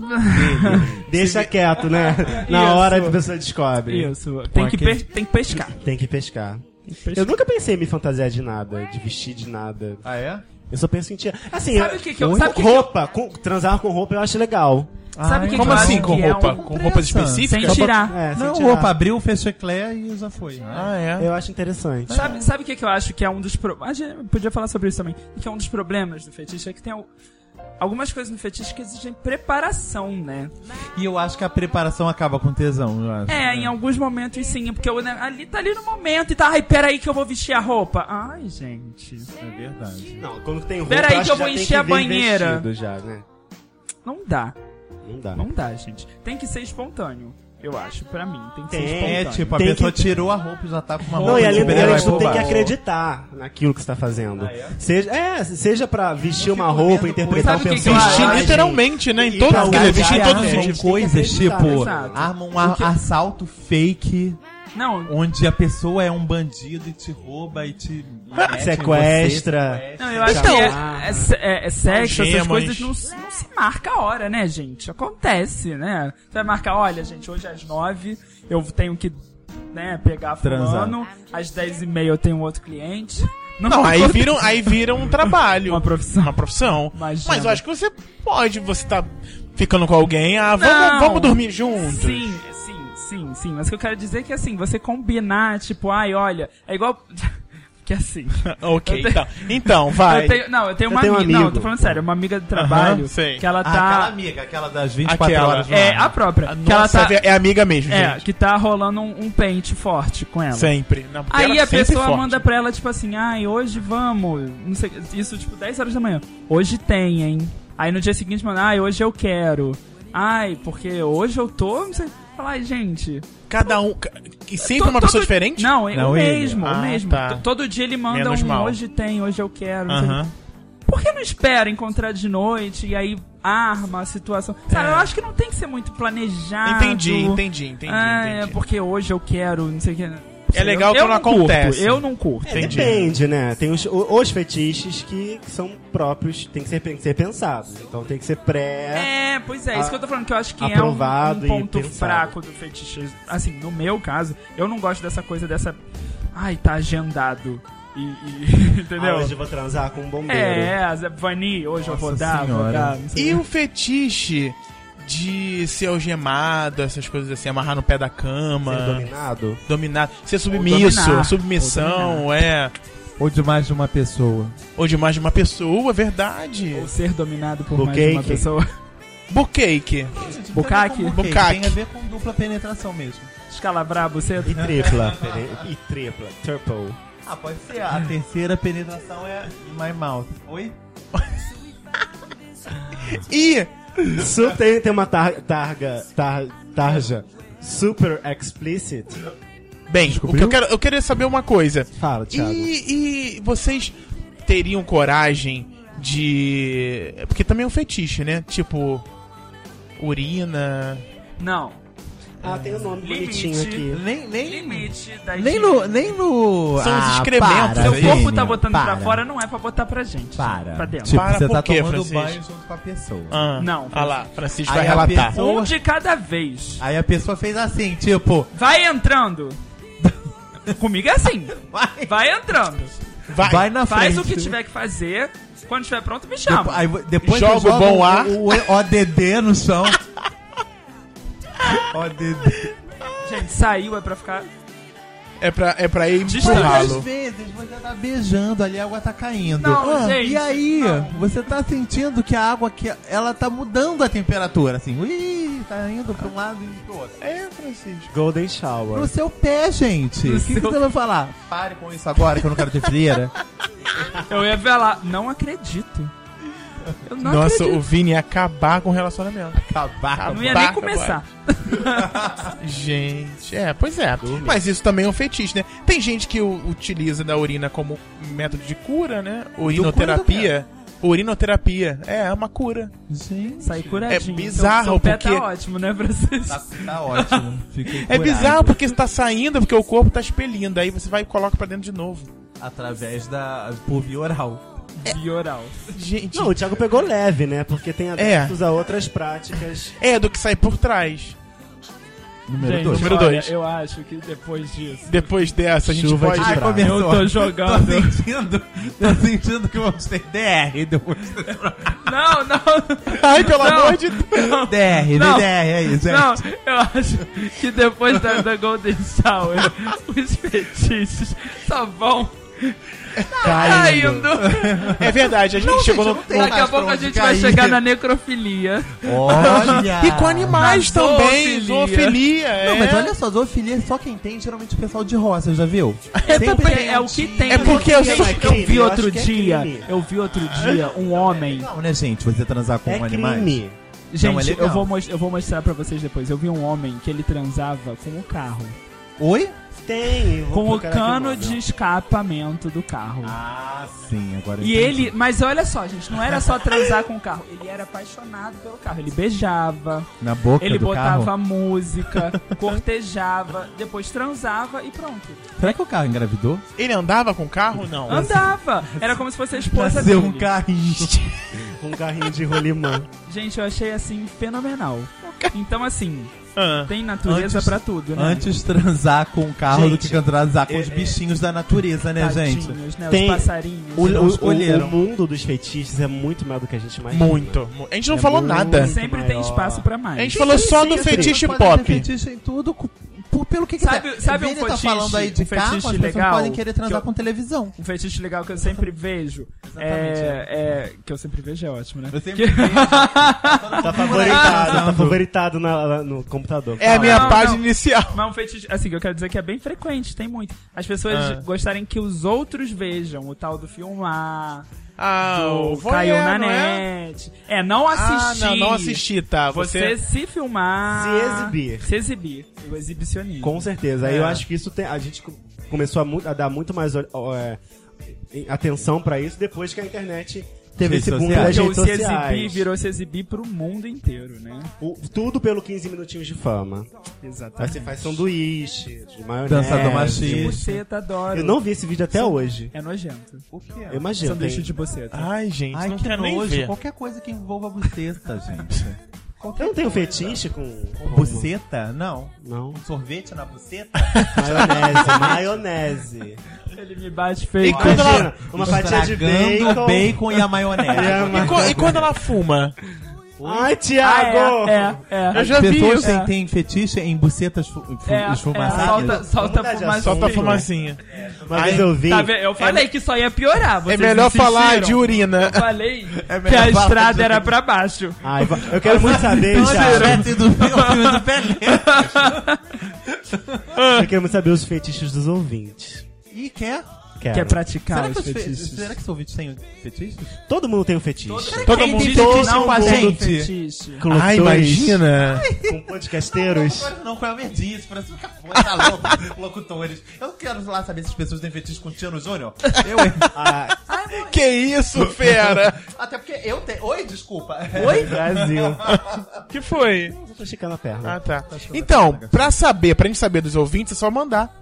[SPEAKER 2] Deixa quieto, né? Na
[SPEAKER 3] Isso.
[SPEAKER 2] hora a pessoa descobre.
[SPEAKER 3] Isso. Tem que,
[SPEAKER 4] aquele-
[SPEAKER 3] pe- tem que pescar.
[SPEAKER 2] Tem que pescar.
[SPEAKER 3] Tem que pescar.
[SPEAKER 2] Eu nunca pensei em me fantasiar de nada, de vestir de nada.
[SPEAKER 4] Ah, é?
[SPEAKER 2] Eu só penso em tirar. Assim,
[SPEAKER 3] Sabe o que que eu-
[SPEAKER 2] com
[SPEAKER 3] sabe o que que eu-
[SPEAKER 2] roupa, com- transar com roupa eu acho legal.
[SPEAKER 3] Sabe
[SPEAKER 4] Ah,
[SPEAKER 3] o que
[SPEAKER 1] Como
[SPEAKER 3] eu acho
[SPEAKER 1] assim com
[SPEAKER 3] que é
[SPEAKER 1] roupa?
[SPEAKER 3] um-
[SPEAKER 1] Com roupas
[SPEAKER 4] interessante.
[SPEAKER 1] específicas?
[SPEAKER 3] Sem tirar.
[SPEAKER 2] É, sem
[SPEAKER 4] Não,
[SPEAKER 2] tirar.
[SPEAKER 4] roupa abriu, fechou eclé e já foi. Ah,
[SPEAKER 1] Ah, é.
[SPEAKER 2] Eu acho interessante.
[SPEAKER 3] Sabe, sabe o que, que eu acho que é um dos problemas? A gente podia falar sobre isso também. Que é um dos problemas do fetiche é que tem al- algumas coisas no fetiche que exigem preparação, né?
[SPEAKER 4] E eu acho que a preparação acaba com tesão, eu acho.
[SPEAKER 3] É, em alguns momentos sim, porque o ne- ali tá ali no momento e tá, ai, peraí que eu vou vestir a roupa. Ai, gente.
[SPEAKER 4] É verdade.
[SPEAKER 2] Não, quando tem roupa.
[SPEAKER 3] Pera aí
[SPEAKER 2] acho
[SPEAKER 3] que eu
[SPEAKER 2] já
[SPEAKER 3] vou
[SPEAKER 2] tem
[SPEAKER 3] encher a
[SPEAKER 2] vir
[SPEAKER 3] banheira.
[SPEAKER 2] vestido Já, né?
[SPEAKER 3] Não dá.
[SPEAKER 2] Não dá.
[SPEAKER 3] Não dá, gente. Tem que ser espontâneo, eu acho, pra mim. Tem que ser
[SPEAKER 2] Tem.
[SPEAKER 4] É,
[SPEAKER 3] espontâneo.
[SPEAKER 4] tipo, a
[SPEAKER 2] Tem
[SPEAKER 4] pessoa
[SPEAKER 2] que-
[SPEAKER 4] tirou a roupa e já tá com uma roupa
[SPEAKER 2] Não, e
[SPEAKER 4] de
[SPEAKER 2] além do que,
[SPEAKER 4] super-herói
[SPEAKER 2] tu tem que
[SPEAKER 4] bobagem.
[SPEAKER 2] acreditar naquilo que você tá fazendo.
[SPEAKER 4] Ah, é?
[SPEAKER 2] Seja, é, seja pra vestir uma
[SPEAKER 4] fico
[SPEAKER 2] roupa,
[SPEAKER 4] vendo
[SPEAKER 2] interpretar um
[SPEAKER 3] coisa. Sabe o que que eu
[SPEAKER 2] personagem.
[SPEAKER 1] Vestir
[SPEAKER 3] Ah,
[SPEAKER 1] literalmente, né? Em
[SPEAKER 2] E
[SPEAKER 1] todos, quer
[SPEAKER 2] pra
[SPEAKER 1] dizer,
[SPEAKER 3] é
[SPEAKER 1] vestir em
[SPEAKER 4] Armam
[SPEAKER 1] todos
[SPEAKER 2] né?
[SPEAKER 1] os sentidos.
[SPEAKER 4] coisas
[SPEAKER 2] acreditar,
[SPEAKER 4] tipo,
[SPEAKER 3] exato.
[SPEAKER 4] armam um a- assalto fake,
[SPEAKER 3] Não,
[SPEAKER 4] onde a pessoa é um bandido e te rouba e te... mete em você,
[SPEAKER 2] Sequestra.
[SPEAKER 4] sequestra.
[SPEAKER 3] Não, eu acho
[SPEAKER 1] Então,
[SPEAKER 3] que é, é se- é- é sexo, essas
[SPEAKER 1] algemas.
[SPEAKER 3] coisas não, se- não se marca a hora, né, gente? Acontece, né? Você vai marcar, olha, gente, hoje é às nove eu tenho que né, pegar fulano, às dez e meia eu tenho outro cliente.
[SPEAKER 1] Não, aí viram, aí viram um trabalho.
[SPEAKER 3] Uma profissão.
[SPEAKER 1] Uma profissão.
[SPEAKER 3] Imagina.
[SPEAKER 1] Mas eu acho que você pode, você tá ficando com alguém, ah,
[SPEAKER 3] Não.
[SPEAKER 1] vamos, vamos dormir juntos.
[SPEAKER 3] Sim, sim, sim, sim. Mas o que eu quero dizer é que assim, você combinar, tipo, ai, olha, é igual. que assim.
[SPEAKER 1] ok,
[SPEAKER 3] Eu te-
[SPEAKER 1] então. Então, vai.
[SPEAKER 3] Eu tenho, não, eu tenho
[SPEAKER 2] Eu
[SPEAKER 3] uma
[SPEAKER 2] tenho um
[SPEAKER 3] amiga. Não, eu
[SPEAKER 2] amigo.
[SPEAKER 3] tô falando sério, uma amiga do trabalho
[SPEAKER 1] Aham, sei.
[SPEAKER 3] que ela
[SPEAKER 4] Ah,
[SPEAKER 3] tá.
[SPEAKER 4] Aquela amiga, aquela das 24
[SPEAKER 1] Aquela.
[SPEAKER 4] horas. do
[SPEAKER 3] É,
[SPEAKER 4] ano.
[SPEAKER 3] a própria. que ela
[SPEAKER 1] Nossa,
[SPEAKER 3] tá.
[SPEAKER 1] é amiga mesmo,
[SPEAKER 3] É,
[SPEAKER 1] gente.
[SPEAKER 3] que tá rolando um, um pente forte com ela.
[SPEAKER 1] Sempre. Na-
[SPEAKER 3] Aí
[SPEAKER 1] ela
[SPEAKER 3] a
[SPEAKER 1] sempre
[SPEAKER 3] pessoa
[SPEAKER 1] forte.
[SPEAKER 3] manda pra ela, tipo assim, ai, hoje vamos. Não sei, isso, tipo, 10 horas da manhã. Hoje tem, hein? Aí no dia seguinte manda, ai, hoje eu quero. Ai, porque hoje eu tô. Não sei. Fala, ai, gente.
[SPEAKER 1] Cada um. ca- E sempre
[SPEAKER 3] to-
[SPEAKER 1] uma pessoa
[SPEAKER 3] todo-
[SPEAKER 1] diferente?
[SPEAKER 3] Não, é o
[SPEAKER 4] Não, ele.
[SPEAKER 3] mesmo,
[SPEAKER 1] Ah,
[SPEAKER 3] o mesmo.
[SPEAKER 1] tá.
[SPEAKER 3] T- Todo dia ele manda
[SPEAKER 1] Menos
[SPEAKER 3] um
[SPEAKER 1] mal.
[SPEAKER 3] hoje tem, hoje eu quero. não sei o
[SPEAKER 1] Aham.
[SPEAKER 3] por que não espera encontrar de noite e aí arma a situação? Sabe,
[SPEAKER 1] É.
[SPEAKER 3] eu acho que não tem que ser muito planejado.
[SPEAKER 1] Entendi, entendi, entendi,
[SPEAKER 3] Ah,
[SPEAKER 1] entendi.
[SPEAKER 3] É porque hoje eu quero, não sei o que.
[SPEAKER 1] É legal
[SPEAKER 3] eu,
[SPEAKER 1] quando
[SPEAKER 3] eu não
[SPEAKER 1] acontece.
[SPEAKER 3] Curto, eu não curto.
[SPEAKER 1] Entendi.
[SPEAKER 2] Depende, né? Tem os, o- os fetiches que, que são próprios, tem que, ser, tem que ser pensados. Então tem que ser pré.
[SPEAKER 3] É, pois é, isso que eu tô falando, que eu acho que
[SPEAKER 2] Aprovado
[SPEAKER 3] é um- um,
[SPEAKER 2] e
[SPEAKER 3] ponto
[SPEAKER 2] pensado.
[SPEAKER 3] fraco do fetiche. Assim, no meu caso, eu não gosto dessa coisa dessa. Ai, tá agendado. E. e-
[SPEAKER 2] Ah,
[SPEAKER 3] entendeu?
[SPEAKER 2] hoje eu vou transar com um bombeiro.
[SPEAKER 3] é, as- Vani, hoje eu vou
[SPEAKER 4] Nossa
[SPEAKER 3] dar, vou
[SPEAKER 4] Senhora.
[SPEAKER 3] dar. não sei
[SPEAKER 1] E
[SPEAKER 3] o
[SPEAKER 1] o fetiche de ser algemado, essas coisas assim, amarrar no pé da cama.
[SPEAKER 2] Ser dominado.
[SPEAKER 1] dominar, ser submisso,
[SPEAKER 3] dominar.
[SPEAKER 1] submissão, é.
[SPEAKER 4] Ou de mais de uma pessoa.
[SPEAKER 1] Ou de mais de uma pessoa, é
[SPEAKER 3] quê.
[SPEAKER 1] verdade.
[SPEAKER 3] Ou ser dominado por mais
[SPEAKER 2] Bukkake.
[SPEAKER 3] uma pessoa.
[SPEAKER 1] Bucake.
[SPEAKER 3] Bukkake?
[SPEAKER 4] Bukkake.
[SPEAKER 1] Bukkake.
[SPEAKER 4] Tem a ver com dupla penetração mesmo.
[SPEAKER 3] Escalabrar você.
[SPEAKER 2] E tripla. peraí, e tripla. Triple.
[SPEAKER 4] Ah, pode ser. A terceira penetração é in my mouth. Oi?
[SPEAKER 1] E
[SPEAKER 2] Su tem, tem uma tar- targa. Tar, tarja. Super explicit.
[SPEAKER 1] bem, o que eu quero, eu queria saber uma coisa.
[SPEAKER 2] Fala, Thiago.
[SPEAKER 1] E, e vocês teriam coragem de é porque também é um fetiche, né? Tipo urina.
[SPEAKER 3] Não.
[SPEAKER 2] Ah, tem o nome
[SPEAKER 3] Limite.
[SPEAKER 2] bonitinho aqui.
[SPEAKER 4] Nem, nem,
[SPEAKER 3] Limite da
[SPEAKER 4] nem
[SPEAKER 3] higiene.
[SPEAKER 4] no... Nem no...
[SPEAKER 1] São os
[SPEAKER 4] Ah,
[SPEAKER 1] excrementos,
[SPEAKER 4] para,
[SPEAKER 1] né?
[SPEAKER 3] Seu corpo tá
[SPEAKER 4] Vênia,
[SPEAKER 3] botando pra
[SPEAKER 4] para.
[SPEAKER 3] fora, não é pra botar pra gente.
[SPEAKER 4] Para.
[SPEAKER 3] Pra dentro.
[SPEAKER 4] Tipo,
[SPEAKER 1] Para
[SPEAKER 4] você
[SPEAKER 1] por
[SPEAKER 4] tá
[SPEAKER 1] quê,
[SPEAKER 4] tomando
[SPEAKER 1] Francisco?
[SPEAKER 4] banho junto com a pessoa.
[SPEAKER 1] Ah,
[SPEAKER 3] Não,
[SPEAKER 1] Ah lá, Francisco
[SPEAKER 4] Aí
[SPEAKER 1] vai
[SPEAKER 4] a
[SPEAKER 1] relatar.
[SPEAKER 4] pessoa-
[SPEAKER 3] Um de cada vez.
[SPEAKER 4] Aí a pessoa fez assim, tipo...
[SPEAKER 3] Vai entrando. Comigo é assim.
[SPEAKER 4] Vai,
[SPEAKER 3] Vai entrando.
[SPEAKER 1] Vai.
[SPEAKER 4] vai na frente.
[SPEAKER 3] Faz o que
[SPEAKER 1] né?
[SPEAKER 3] tiver que fazer. Quando estiver pronto, me
[SPEAKER 4] Depo-
[SPEAKER 3] chama.
[SPEAKER 4] aí vo- depois
[SPEAKER 1] Joga o
[SPEAKER 4] você
[SPEAKER 1] bom
[SPEAKER 4] o-
[SPEAKER 1] ar.
[SPEAKER 4] O, o ODD no chão. ODD.
[SPEAKER 3] Gente, saiu é pra ficar.
[SPEAKER 1] É pra é para ir pro
[SPEAKER 3] Distante.
[SPEAKER 4] Mas às
[SPEAKER 1] ralo.
[SPEAKER 4] vezes você tá beijando ali, a água tá caindo.
[SPEAKER 3] Não, gente,
[SPEAKER 4] e aí,
[SPEAKER 3] não.
[SPEAKER 4] você tá sentindo que a água que ela tá mudando a temperatura, assim. Ui, tá indo pra um lado e indo pro outro.
[SPEAKER 1] É, Francisco.
[SPEAKER 2] Golden
[SPEAKER 4] Pro
[SPEAKER 2] Shower.
[SPEAKER 4] seu pé, gente.
[SPEAKER 3] Pro
[SPEAKER 4] O que, que
[SPEAKER 3] seu-
[SPEAKER 4] você vai falar? Pare né? com isso agora que eu não quero ter frieira.
[SPEAKER 3] Eu ia ver lá. Não acredito. Eu não
[SPEAKER 1] Nossa,
[SPEAKER 3] acredito.
[SPEAKER 1] o Vini ia acabar com o relacionamento.
[SPEAKER 4] Acabar.
[SPEAKER 3] Não ia
[SPEAKER 1] Barra,
[SPEAKER 3] nem começar.
[SPEAKER 1] Gente, é, pois é. Mas isso também é um fetiche, né? Tem gente que u- utiliza da urina como método de cura, né? Urinoterapia. Urinoterapia. É, é uma cura.
[SPEAKER 4] Gente.
[SPEAKER 3] Sair curadinho.
[SPEAKER 1] É bizarro,
[SPEAKER 3] então, seu pé
[SPEAKER 1] porque-
[SPEAKER 3] tá ótimo, né, Francisco?
[SPEAKER 4] Tá, tá ótimo. Fiquei
[SPEAKER 1] É
[SPEAKER 4] curado.
[SPEAKER 1] bizarro porque você tá saindo, porque o corpo tá expelindo. Aí você vai e coloca pra dentro de novo.
[SPEAKER 4] Através da. por via oral.
[SPEAKER 3] Bioral.
[SPEAKER 1] Gente.
[SPEAKER 2] Não, o Thiago pegou leve, né? Porque tem adeptos a outras práticas.
[SPEAKER 1] É do que sai por trás.
[SPEAKER 3] Gente,
[SPEAKER 1] dois. Número
[SPEAKER 3] olha,
[SPEAKER 1] dois.
[SPEAKER 3] Eu acho que depois disso.
[SPEAKER 1] Depois dessa, a gente
[SPEAKER 2] Chuva de
[SPEAKER 1] pode.
[SPEAKER 2] prata.
[SPEAKER 4] começou.
[SPEAKER 3] Eu tô
[SPEAKER 4] Tô
[SPEAKER 3] jogando.
[SPEAKER 4] sentindo. Tô sentindo que vamos ter DR depois.
[SPEAKER 3] Não, não.
[SPEAKER 1] Ai, pelo
[SPEAKER 3] Não.
[SPEAKER 1] amor de Deus.
[SPEAKER 4] DR, né,
[SPEAKER 3] Não.
[SPEAKER 4] DR, é isso. é
[SPEAKER 3] Não, eu acho que depois da, da Golden Shower, os fetiches só vão
[SPEAKER 2] Caindo.
[SPEAKER 3] caindo.
[SPEAKER 1] É verdade, a gente chegou no.
[SPEAKER 4] tem
[SPEAKER 3] Daqui a
[SPEAKER 4] mais pra
[SPEAKER 3] pouco a
[SPEAKER 4] onde
[SPEAKER 3] gente vai
[SPEAKER 4] cair.
[SPEAKER 3] chegar na necrofilia.
[SPEAKER 4] Olha!
[SPEAKER 1] E com animais
[SPEAKER 3] Na
[SPEAKER 1] também,
[SPEAKER 3] zoofilia.
[SPEAKER 1] zoofilia.
[SPEAKER 4] Não,
[SPEAKER 1] é.
[SPEAKER 4] mas olha só, zoofilia só quem tem, geralmente o pessoal de roça, já viu?
[SPEAKER 3] É
[SPEAKER 4] Sempre
[SPEAKER 3] porque
[SPEAKER 4] tem
[SPEAKER 3] é
[SPEAKER 4] um
[SPEAKER 3] o que
[SPEAKER 4] tio.
[SPEAKER 3] tem.
[SPEAKER 1] É porque eu sou-
[SPEAKER 2] é
[SPEAKER 3] Eu
[SPEAKER 2] crime,
[SPEAKER 3] vi
[SPEAKER 2] eu
[SPEAKER 3] outro
[SPEAKER 2] acho que é
[SPEAKER 3] dia,
[SPEAKER 2] crime.
[SPEAKER 3] eu vi outro dia um homem.
[SPEAKER 4] Não, né, gente? Você transar com
[SPEAKER 2] É
[SPEAKER 4] animais.
[SPEAKER 2] crime.
[SPEAKER 4] Não, é
[SPEAKER 3] Gente,
[SPEAKER 4] legal.
[SPEAKER 3] eu, vou mos- eu vou mostrar pra vocês depois. Eu vi um homem que ele transava com o carro.
[SPEAKER 4] Oi?
[SPEAKER 2] Tem. eu vou
[SPEAKER 3] Com o
[SPEAKER 2] procurar aqui
[SPEAKER 3] cano
[SPEAKER 2] nome, ó.
[SPEAKER 3] de escapamento do carro.
[SPEAKER 4] Ah, sim, agora eu
[SPEAKER 3] E
[SPEAKER 4] entendi.
[SPEAKER 3] ele, mas olha só, gente, não era só transar com o carro, ele era apaixonado pelo carro. Ele beijava,
[SPEAKER 4] Na boca
[SPEAKER 3] ele
[SPEAKER 4] do
[SPEAKER 3] botava
[SPEAKER 4] carro.
[SPEAKER 3] música, cortejava, depois transava e pronto.
[SPEAKER 4] Será que o carro engravidou?
[SPEAKER 1] Ele andava com carro? Não.
[SPEAKER 3] Andava! Era como se fosse a esposa
[SPEAKER 4] Nasceu
[SPEAKER 3] dele.
[SPEAKER 4] um carrinho.
[SPEAKER 2] Com um carrinho de rolimã.
[SPEAKER 3] Gente, eu achei assim fenomenal. Então, assim,
[SPEAKER 1] Ah.
[SPEAKER 3] tem natureza
[SPEAKER 4] Antes-
[SPEAKER 3] pra tudo, né?
[SPEAKER 4] Antes transar com o carro do
[SPEAKER 2] Gente,
[SPEAKER 4] que transar com
[SPEAKER 2] é-
[SPEAKER 4] os bichinhos da natureza, né, gente?
[SPEAKER 3] Tadinhos, né?
[SPEAKER 2] Tem-
[SPEAKER 3] Os passarinhos.
[SPEAKER 2] O,
[SPEAKER 4] Não
[SPEAKER 2] o-
[SPEAKER 4] escolheram.
[SPEAKER 2] o mundo dos feitiços é muito maior do que a gente imagina.
[SPEAKER 1] Muito. mu- A gente não
[SPEAKER 2] É
[SPEAKER 1] falou
[SPEAKER 2] muito.
[SPEAKER 1] nada.
[SPEAKER 3] Sempre tem
[SPEAKER 2] maior.
[SPEAKER 3] espaço pra
[SPEAKER 4] É
[SPEAKER 1] A gente
[SPEAKER 3] mais.
[SPEAKER 1] falou só
[SPEAKER 4] Sim,
[SPEAKER 1] do
[SPEAKER 4] sim,
[SPEAKER 1] fetiche
[SPEAKER 4] vocês podem
[SPEAKER 1] pop.
[SPEAKER 4] ter Fetiche em tudo, cu- por- pelo que quiser.
[SPEAKER 3] Sabe- sabe um
[SPEAKER 4] Vini tá
[SPEAKER 3] fetiche-
[SPEAKER 4] falando aí de
[SPEAKER 3] um
[SPEAKER 4] carro, as
[SPEAKER 3] fetiche
[SPEAKER 4] pessoas
[SPEAKER 3] legal
[SPEAKER 4] podem querer transar
[SPEAKER 3] que eu-
[SPEAKER 4] com televisão.
[SPEAKER 3] Um fetiche legal que eu sempre vejo
[SPEAKER 4] Exatamente,
[SPEAKER 3] é, é- Que eu sempre vejo é ótimo, né?
[SPEAKER 4] Eu sempre
[SPEAKER 3] Que-
[SPEAKER 2] Tá
[SPEAKER 3] Ah,
[SPEAKER 2] favoritado, tá favoritado na- na- no computador.
[SPEAKER 1] É a minha
[SPEAKER 3] Não,
[SPEAKER 1] página
[SPEAKER 3] não.
[SPEAKER 1] inicial.
[SPEAKER 3] Mas um fetiche, assim, que eu quero dizer que é bem frequente, tem muito. As pessoas
[SPEAKER 1] Ah.
[SPEAKER 3] gostarem que os outros vejam o tal do filmar,
[SPEAKER 1] Ah,
[SPEAKER 3] do
[SPEAKER 1] o
[SPEAKER 3] caiu
[SPEAKER 1] voyeur,
[SPEAKER 3] na
[SPEAKER 1] não é?
[SPEAKER 3] net. É, não assistir.
[SPEAKER 1] Ah, não, não assisti, tá. Você.
[SPEAKER 3] Você, se filmar.
[SPEAKER 2] Se exibir.
[SPEAKER 3] Se exibir. O exibicionismo.
[SPEAKER 2] Com certeza. Aí
[SPEAKER 1] É.
[SPEAKER 2] eu acho que isso tem. A gente co- começou a, mu- a dar muito mais ó, ó, é, atenção pra isso depois que a internet teve
[SPEAKER 4] Redes
[SPEAKER 2] esse boom
[SPEAKER 4] sociais.
[SPEAKER 2] das
[SPEAKER 3] Porque o
[SPEAKER 2] redes
[SPEAKER 3] se exibir
[SPEAKER 2] sociais.
[SPEAKER 3] virou se exibir pro mundo inteiro, né?
[SPEAKER 2] O- tudo pelo 15 minutinhos de fama. Aí
[SPEAKER 3] Exatamente.
[SPEAKER 2] você faz sanduíche, de maionese.
[SPEAKER 4] Dançador
[SPEAKER 3] De
[SPEAKER 4] machista.
[SPEAKER 3] buceta, adoro.
[SPEAKER 2] Eu não vi esse vídeo até hoje.
[SPEAKER 3] É nojento.
[SPEAKER 4] O que é?
[SPEAKER 2] Eu imagino.
[SPEAKER 3] Sanduíche
[SPEAKER 2] tem-
[SPEAKER 3] de buceta.
[SPEAKER 1] Ai, gente,
[SPEAKER 4] Ai,
[SPEAKER 1] não
[SPEAKER 4] que
[SPEAKER 1] quero nem
[SPEAKER 4] nojo.
[SPEAKER 1] ver.
[SPEAKER 4] Qualquer coisa que envolva buceta, gente.
[SPEAKER 2] Eu não tenho fetiche com. com-
[SPEAKER 4] Buceta? Não.
[SPEAKER 2] Não.
[SPEAKER 4] Um sorvete na buceta?
[SPEAKER 2] Maionese, maionese.
[SPEAKER 3] Ele me bate feio.
[SPEAKER 1] E quando ela-
[SPEAKER 2] Imagina, uma fatia de
[SPEAKER 4] Estragando
[SPEAKER 2] bacon. É,
[SPEAKER 4] o bacon e a maionese.
[SPEAKER 2] E a ma-
[SPEAKER 1] E, co- e quando ela fuma?
[SPEAKER 2] Ai,
[SPEAKER 3] Ah,
[SPEAKER 2] Thiago!
[SPEAKER 3] é, é, é.
[SPEAKER 1] Eu já
[SPEAKER 4] As
[SPEAKER 1] vi
[SPEAKER 4] pessoas
[SPEAKER 1] isso.
[SPEAKER 4] têm, têm fetiche em bucetas fu- fu-
[SPEAKER 3] É, é,
[SPEAKER 4] esfumaçadas.
[SPEAKER 3] solta, solta
[SPEAKER 2] Vamos mudar de
[SPEAKER 3] fumacinha.
[SPEAKER 2] assunto.
[SPEAKER 1] Solta a fumacinha.
[SPEAKER 2] Uma vez eu vi.
[SPEAKER 3] Tá vendo? Eu falei que só ia piorar.
[SPEAKER 1] É
[SPEAKER 3] vocês
[SPEAKER 1] melhor falar de um-
[SPEAKER 3] insistiram.
[SPEAKER 1] urina.
[SPEAKER 3] Eu falei que
[SPEAKER 4] melhor
[SPEAKER 3] a
[SPEAKER 4] falar
[SPEAKER 3] estrada
[SPEAKER 4] de-
[SPEAKER 3] era pra baixo.
[SPEAKER 2] Ai, va- eu quero muito saber,
[SPEAKER 4] Então,
[SPEAKER 2] Thiago.
[SPEAKER 4] direto do filme do Pelé.
[SPEAKER 2] Eu quero muito saber os fetiches dos ouvintes.
[SPEAKER 4] E quer?
[SPEAKER 2] Quero.
[SPEAKER 3] Quer praticar
[SPEAKER 4] Será que,
[SPEAKER 3] os
[SPEAKER 4] os fe...
[SPEAKER 3] fetiches.
[SPEAKER 4] será que seu vídeo tem fetiches?
[SPEAKER 2] Todo mundo tem um fetiche.
[SPEAKER 1] Todo
[SPEAKER 3] Quem
[SPEAKER 1] mundo-
[SPEAKER 3] diz
[SPEAKER 1] todo
[SPEAKER 3] que não
[SPEAKER 1] mundo
[SPEAKER 3] tem
[SPEAKER 4] gente.
[SPEAKER 3] fetiche?
[SPEAKER 2] Com lutores, Com
[SPEAKER 4] Não,
[SPEAKER 2] podcasteiros.
[SPEAKER 4] concordo não com o Elmer Dias, parece um capô, tá louco, locutores. Eu quero lá saber se as pessoas têm fetiche com o Tiano Júnior. Eu, hein?
[SPEAKER 2] Ah,
[SPEAKER 1] Que isso, fera?
[SPEAKER 4] Até porque eu tenho... Oi, desculpa.
[SPEAKER 2] Oi? Brasil.
[SPEAKER 1] que foi?
[SPEAKER 2] Eu tô esticando a perna.
[SPEAKER 1] Ah, tá. Então, pra saber, pra gente saber dos ouvintes, é só mandar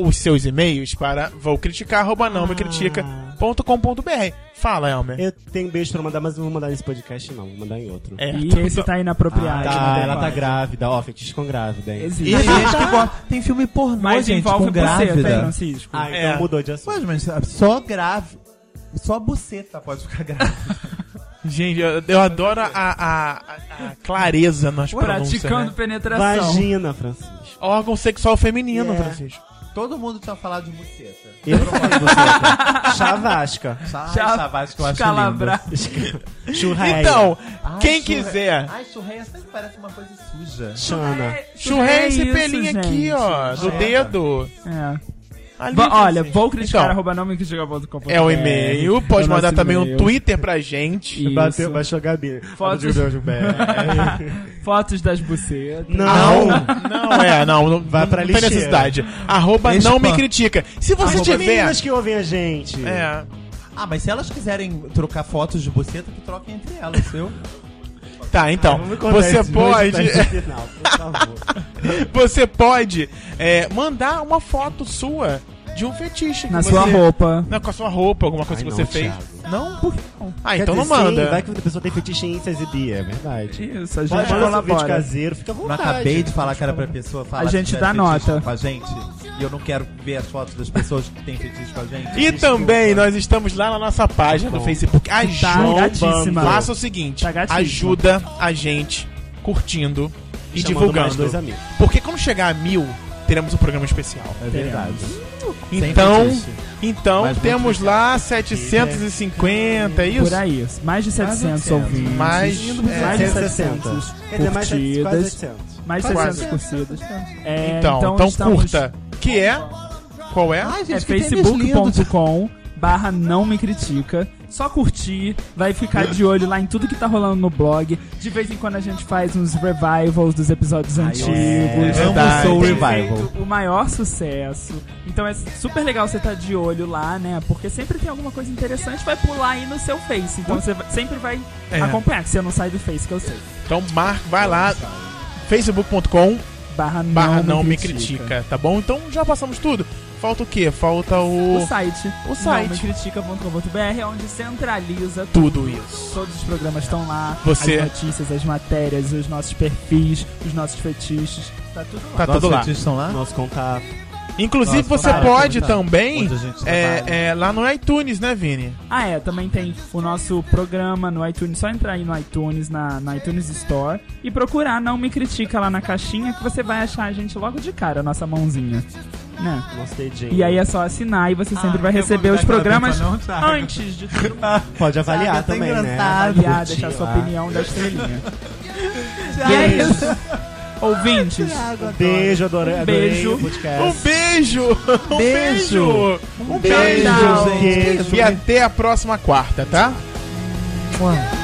[SPEAKER 1] os seus e-mails para voucriticar.com.br. Fala, Elmer.
[SPEAKER 2] Eu tenho beijo pra mandar, mas não vou mandar nesse podcast, não. Vou mandar em outro.
[SPEAKER 1] É,
[SPEAKER 3] E
[SPEAKER 1] tô-
[SPEAKER 3] esse
[SPEAKER 1] tô-
[SPEAKER 3] tá inapropriado. não
[SPEAKER 2] Tá,
[SPEAKER 3] tem
[SPEAKER 2] ela tá
[SPEAKER 3] como.
[SPEAKER 2] grávida. Ó, fetiche com grávida, hein?
[SPEAKER 3] Existe.
[SPEAKER 4] E tem gente que gosta- Tem filme pornô,
[SPEAKER 3] Mas
[SPEAKER 4] gente,
[SPEAKER 3] envolve
[SPEAKER 4] com
[SPEAKER 3] você, tá,
[SPEAKER 4] grávida.
[SPEAKER 3] Francisco?
[SPEAKER 2] Ah, então
[SPEAKER 1] É.
[SPEAKER 2] mudou de assunto.
[SPEAKER 4] Mas, mas só grave. Só a buceta pode ficar grávida.
[SPEAKER 1] Gente, eu, eu adoro a, a- a- a clareza nas pronúncias,
[SPEAKER 3] Praticando
[SPEAKER 1] né?
[SPEAKER 3] penetração.
[SPEAKER 2] Vagina, Francisco.
[SPEAKER 1] Órgão sexual
[SPEAKER 3] É.
[SPEAKER 1] feminino,
[SPEAKER 2] Yeah.
[SPEAKER 1] Francisco.
[SPEAKER 4] Todo mundo tinha falado de buceta.
[SPEAKER 2] Eu não falei de você. tá? Chavasca.
[SPEAKER 4] Sai,
[SPEAKER 3] Já-
[SPEAKER 4] Savassi, que eu acho
[SPEAKER 3] Calabrar.
[SPEAKER 2] Churreia.
[SPEAKER 1] Então,
[SPEAKER 4] lindo.
[SPEAKER 1] quem
[SPEAKER 4] Ai, churre-
[SPEAKER 1] quiser,
[SPEAKER 4] Ai, churreia sempre parece uma coisa suja.
[SPEAKER 2] Chana.
[SPEAKER 1] é churrei esse
[SPEAKER 3] é isso,
[SPEAKER 1] pelinho aqui,
[SPEAKER 3] gente.
[SPEAKER 1] ó, do
[SPEAKER 4] É.
[SPEAKER 1] dedo.
[SPEAKER 3] É.
[SPEAKER 4] Ali
[SPEAKER 3] Va-
[SPEAKER 4] foi
[SPEAKER 3] olha,
[SPEAKER 4] assim.
[SPEAKER 3] vou criticar
[SPEAKER 1] Então,
[SPEAKER 3] arroba não me criticar.com.br.
[SPEAKER 1] É o e-mail. Pode
[SPEAKER 3] É o
[SPEAKER 1] mandar
[SPEAKER 3] nosso
[SPEAKER 1] também um
[SPEAKER 3] e-mail.
[SPEAKER 1] Twitter pra gente.
[SPEAKER 3] Isso.
[SPEAKER 2] Bateu, baixou a Gabi.
[SPEAKER 3] Fotos.
[SPEAKER 2] Arroba Gilberto Gilberto.
[SPEAKER 3] Fotos das bucetas.
[SPEAKER 1] Não,
[SPEAKER 2] Não!
[SPEAKER 1] não é, não. não
[SPEAKER 2] Vai pra
[SPEAKER 1] não tem
[SPEAKER 2] lixeira.
[SPEAKER 1] necessidade. Arroba
[SPEAKER 4] Enche
[SPEAKER 1] não
[SPEAKER 4] o
[SPEAKER 1] me
[SPEAKER 4] pan.
[SPEAKER 1] critica. Se você
[SPEAKER 2] As
[SPEAKER 1] tiver.
[SPEAKER 2] meninas que ouvem a gente.
[SPEAKER 1] É.
[SPEAKER 4] Ah, mas se elas quiserem trocar fotos de buceta, que troquem entre elas, viu?
[SPEAKER 1] Tá, então.
[SPEAKER 2] Vamos contar
[SPEAKER 1] você
[SPEAKER 2] esses dois
[SPEAKER 1] pode.
[SPEAKER 2] detalhes tá no final, por favor.
[SPEAKER 1] Você pode é, mandar uma foto sua de um fetiche. que
[SPEAKER 3] Na
[SPEAKER 1] você-
[SPEAKER 3] sua roupa.
[SPEAKER 1] Não, com a sua roupa, alguma coisa
[SPEAKER 2] Ai,
[SPEAKER 1] que
[SPEAKER 2] não,
[SPEAKER 1] você fez.
[SPEAKER 2] Thiago.
[SPEAKER 1] Não? Por que não? Ah, então
[SPEAKER 2] Quer
[SPEAKER 1] não
[SPEAKER 2] dizer, sim,
[SPEAKER 1] manda.
[SPEAKER 2] vai que a pessoa tem fetiche em exibir, é verdade.
[SPEAKER 3] Isso, a gente
[SPEAKER 2] Pode mandar seu vídeo
[SPEAKER 3] colabora.
[SPEAKER 2] caseiro, fica à
[SPEAKER 4] Eu Não
[SPEAKER 2] vontade.
[SPEAKER 4] acabei de falar que era pra pessoa falar
[SPEAKER 3] A gente
[SPEAKER 4] que tiver
[SPEAKER 3] dá
[SPEAKER 4] fetiche
[SPEAKER 3] nota.
[SPEAKER 4] com a gente. E eu não quero ver as fotos das pessoas que têm fetiche com a gente.
[SPEAKER 1] E
[SPEAKER 4] Desculpa.
[SPEAKER 1] também nós estamos lá na nossa página
[SPEAKER 2] Tá
[SPEAKER 1] do Facebook. Ajuda.
[SPEAKER 3] gatíssima.
[SPEAKER 1] Faça o seguinte:
[SPEAKER 3] Tá gatíssima.
[SPEAKER 1] ajuda a gente curtindo e
[SPEAKER 2] Chamando mais dois
[SPEAKER 1] divulgando. É
[SPEAKER 2] amigos.
[SPEAKER 1] Porque quando chegar a mil, teremos um programa especial.
[SPEAKER 4] É verdade. Sem
[SPEAKER 1] Então,
[SPEAKER 4] fetiche.
[SPEAKER 1] então
[SPEAKER 4] Mas muito
[SPEAKER 1] temos lá 750, é isso?
[SPEAKER 3] Por aí. Mais de 700 ouvintes.
[SPEAKER 1] Mais- é,
[SPEAKER 3] mais de
[SPEAKER 2] 700.
[SPEAKER 3] 700
[SPEAKER 2] Quer dizer, mais de quase
[SPEAKER 3] curtidas.
[SPEAKER 2] 800.
[SPEAKER 3] Mais de
[SPEAKER 1] Quase.
[SPEAKER 3] 700 curtidas. É,
[SPEAKER 1] Então, então,
[SPEAKER 3] estamos-
[SPEAKER 1] curta. Que é. Qual é?
[SPEAKER 4] Ai, gente,
[SPEAKER 3] É
[SPEAKER 4] que tênis lindo.
[SPEAKER 3] facebook.com barra não me critica. Só curtir, vai ficar de olho lá em tudo que tá rolando no blog. De vez em quando a gente faz uns revivals dos episódios antigos.
[SPEAKER 4] é
[SPEAKER 3] Amo
[SPEAKER 1] verdade.
[SPEAKER 3] Soul
[SPEAKER 1] Tem
[SPEAKER 4] revival.
[SPEAKER 3] feito O maior sucesso. Então é super legal você tá de olho lá, né? Porque sempre tem alguma coisa interessante, vai pular aí no seu Face. Então você vai- sempre vai
[SPEAKER 1] É.
[SPEAKER 3] acompanhar, que você não sai do Face, que eu sei.
[SPEAKER 1] Então, marca, vai lá. facebook.com
[SPEAKER 3] Barra não,
[SPEAKER 1] barra não
[SPEAKER 3] me,
[SPEAKER 1] me
[SPEAKER 3] critica.
[SPEAKER 1] critica, tá bom? Então já passamos tudo. Falta o quê? Falta
[SPEAKER 3] O
[SPEAKER 1] o.
[SPEAKER 3] site,
[SPEAKER 1] O site.
[SPEAKER 3] nomecritica.com.br, é onde centraliza
[SPEAKER 1] Tudo isso.
[SPEAKER 3] Todos os programas estão lá.
[SPEAKER 1] Você-
[SPEAKER 3] As notícias, as matérias, os nossos perfis, os nossos fetiches. Tá tudo lá.
[SPEAKER 1] Tá
[SPEAKER 4] Nossos
[SPEAKER 1] tudo lá.
[SPEAKER 4] fetiches estão lá?
[SPEAKER 2] Nosso contato.
[SPEAKER 1] Inclusive,
[SPEAKER 4] Nossa,
[SPEAKER 1] você
[SPEAKER 4] tá,
[SPEAKER 1] pode
[SPEAKER 4] tá.
[SPEAKER 1] também.
[SPEAKER 4] Onde a gente tá? trabalha.
[SPEAKER 1] É, é, lá no iTunes, né, Vini?
[SPEAKER 3] Ah, é. Também tem o nosso programa no iTunes. Só entrar aí no iTunes, na, na iTunes Store. E procurar Não Me Critica lá na caixinha que você vai achar a gente logo de cara, a nossa mãozinha. Né?
[SPEAKER 2] Nosso dedinho.
[SPEAKER 3] E aí é só assinar e você sempre
[SPEAKER 4] Ah,
[SPEAKER 3] vai
[SPEAKER 4] eu vou
[SPEAKER 3] receber
[SPEAKER 4] dar
[SPEAKER 3] os
[SPEAKER 4] aquela
[SPEAKER 3] programas
[SPEAKER 4] benção, não, Thiago?
[SPEAKER 3] antes de tudo.
[SPEAKER 2] Pode
[SPEAKER 1] tá
[SPEAKER 2] avaliar
[SPEAKER 4] Sabe, eu tô
[SPEAKER 2] também, né?
[SPEAKER 4] Ah, tá engraçado.
[SPEAKER 3] Avaliar,
[SPEAKER 2] Curtir
[SPEAKER 3] deixar sua
[SPEAKER 2] lá.
[SPEAKER 3] opinião da estrelinha.
[SPEAKER 4] Já
[SPEAKER 3] E é
[SPEAKER 4] é
[SPEAKER 3] isso. Ouvintes,
[SPEAKER 4] Thiago,
[SPEAKER 2] Beijo, adorei,
[SPEAKER 3] Um
[SPEAKER 2] adorei
[SPEAKER 3] beijo.
[SPEAKER 2] o podcast.
[SPEAKER 1] Um beijo! Um beijo!
[SPEAKER 4] Beijo.
[SPEAKER 1] Um
[SPEAKER 4] Beijo,
[SPEAKER 1] beijo!
[SPEAKER 2] Beijo.
[SPEAKER 4] gente.
[SPEAKER 1] E até a próxima quarta, tá?
[SPEAKER 4] Beijo.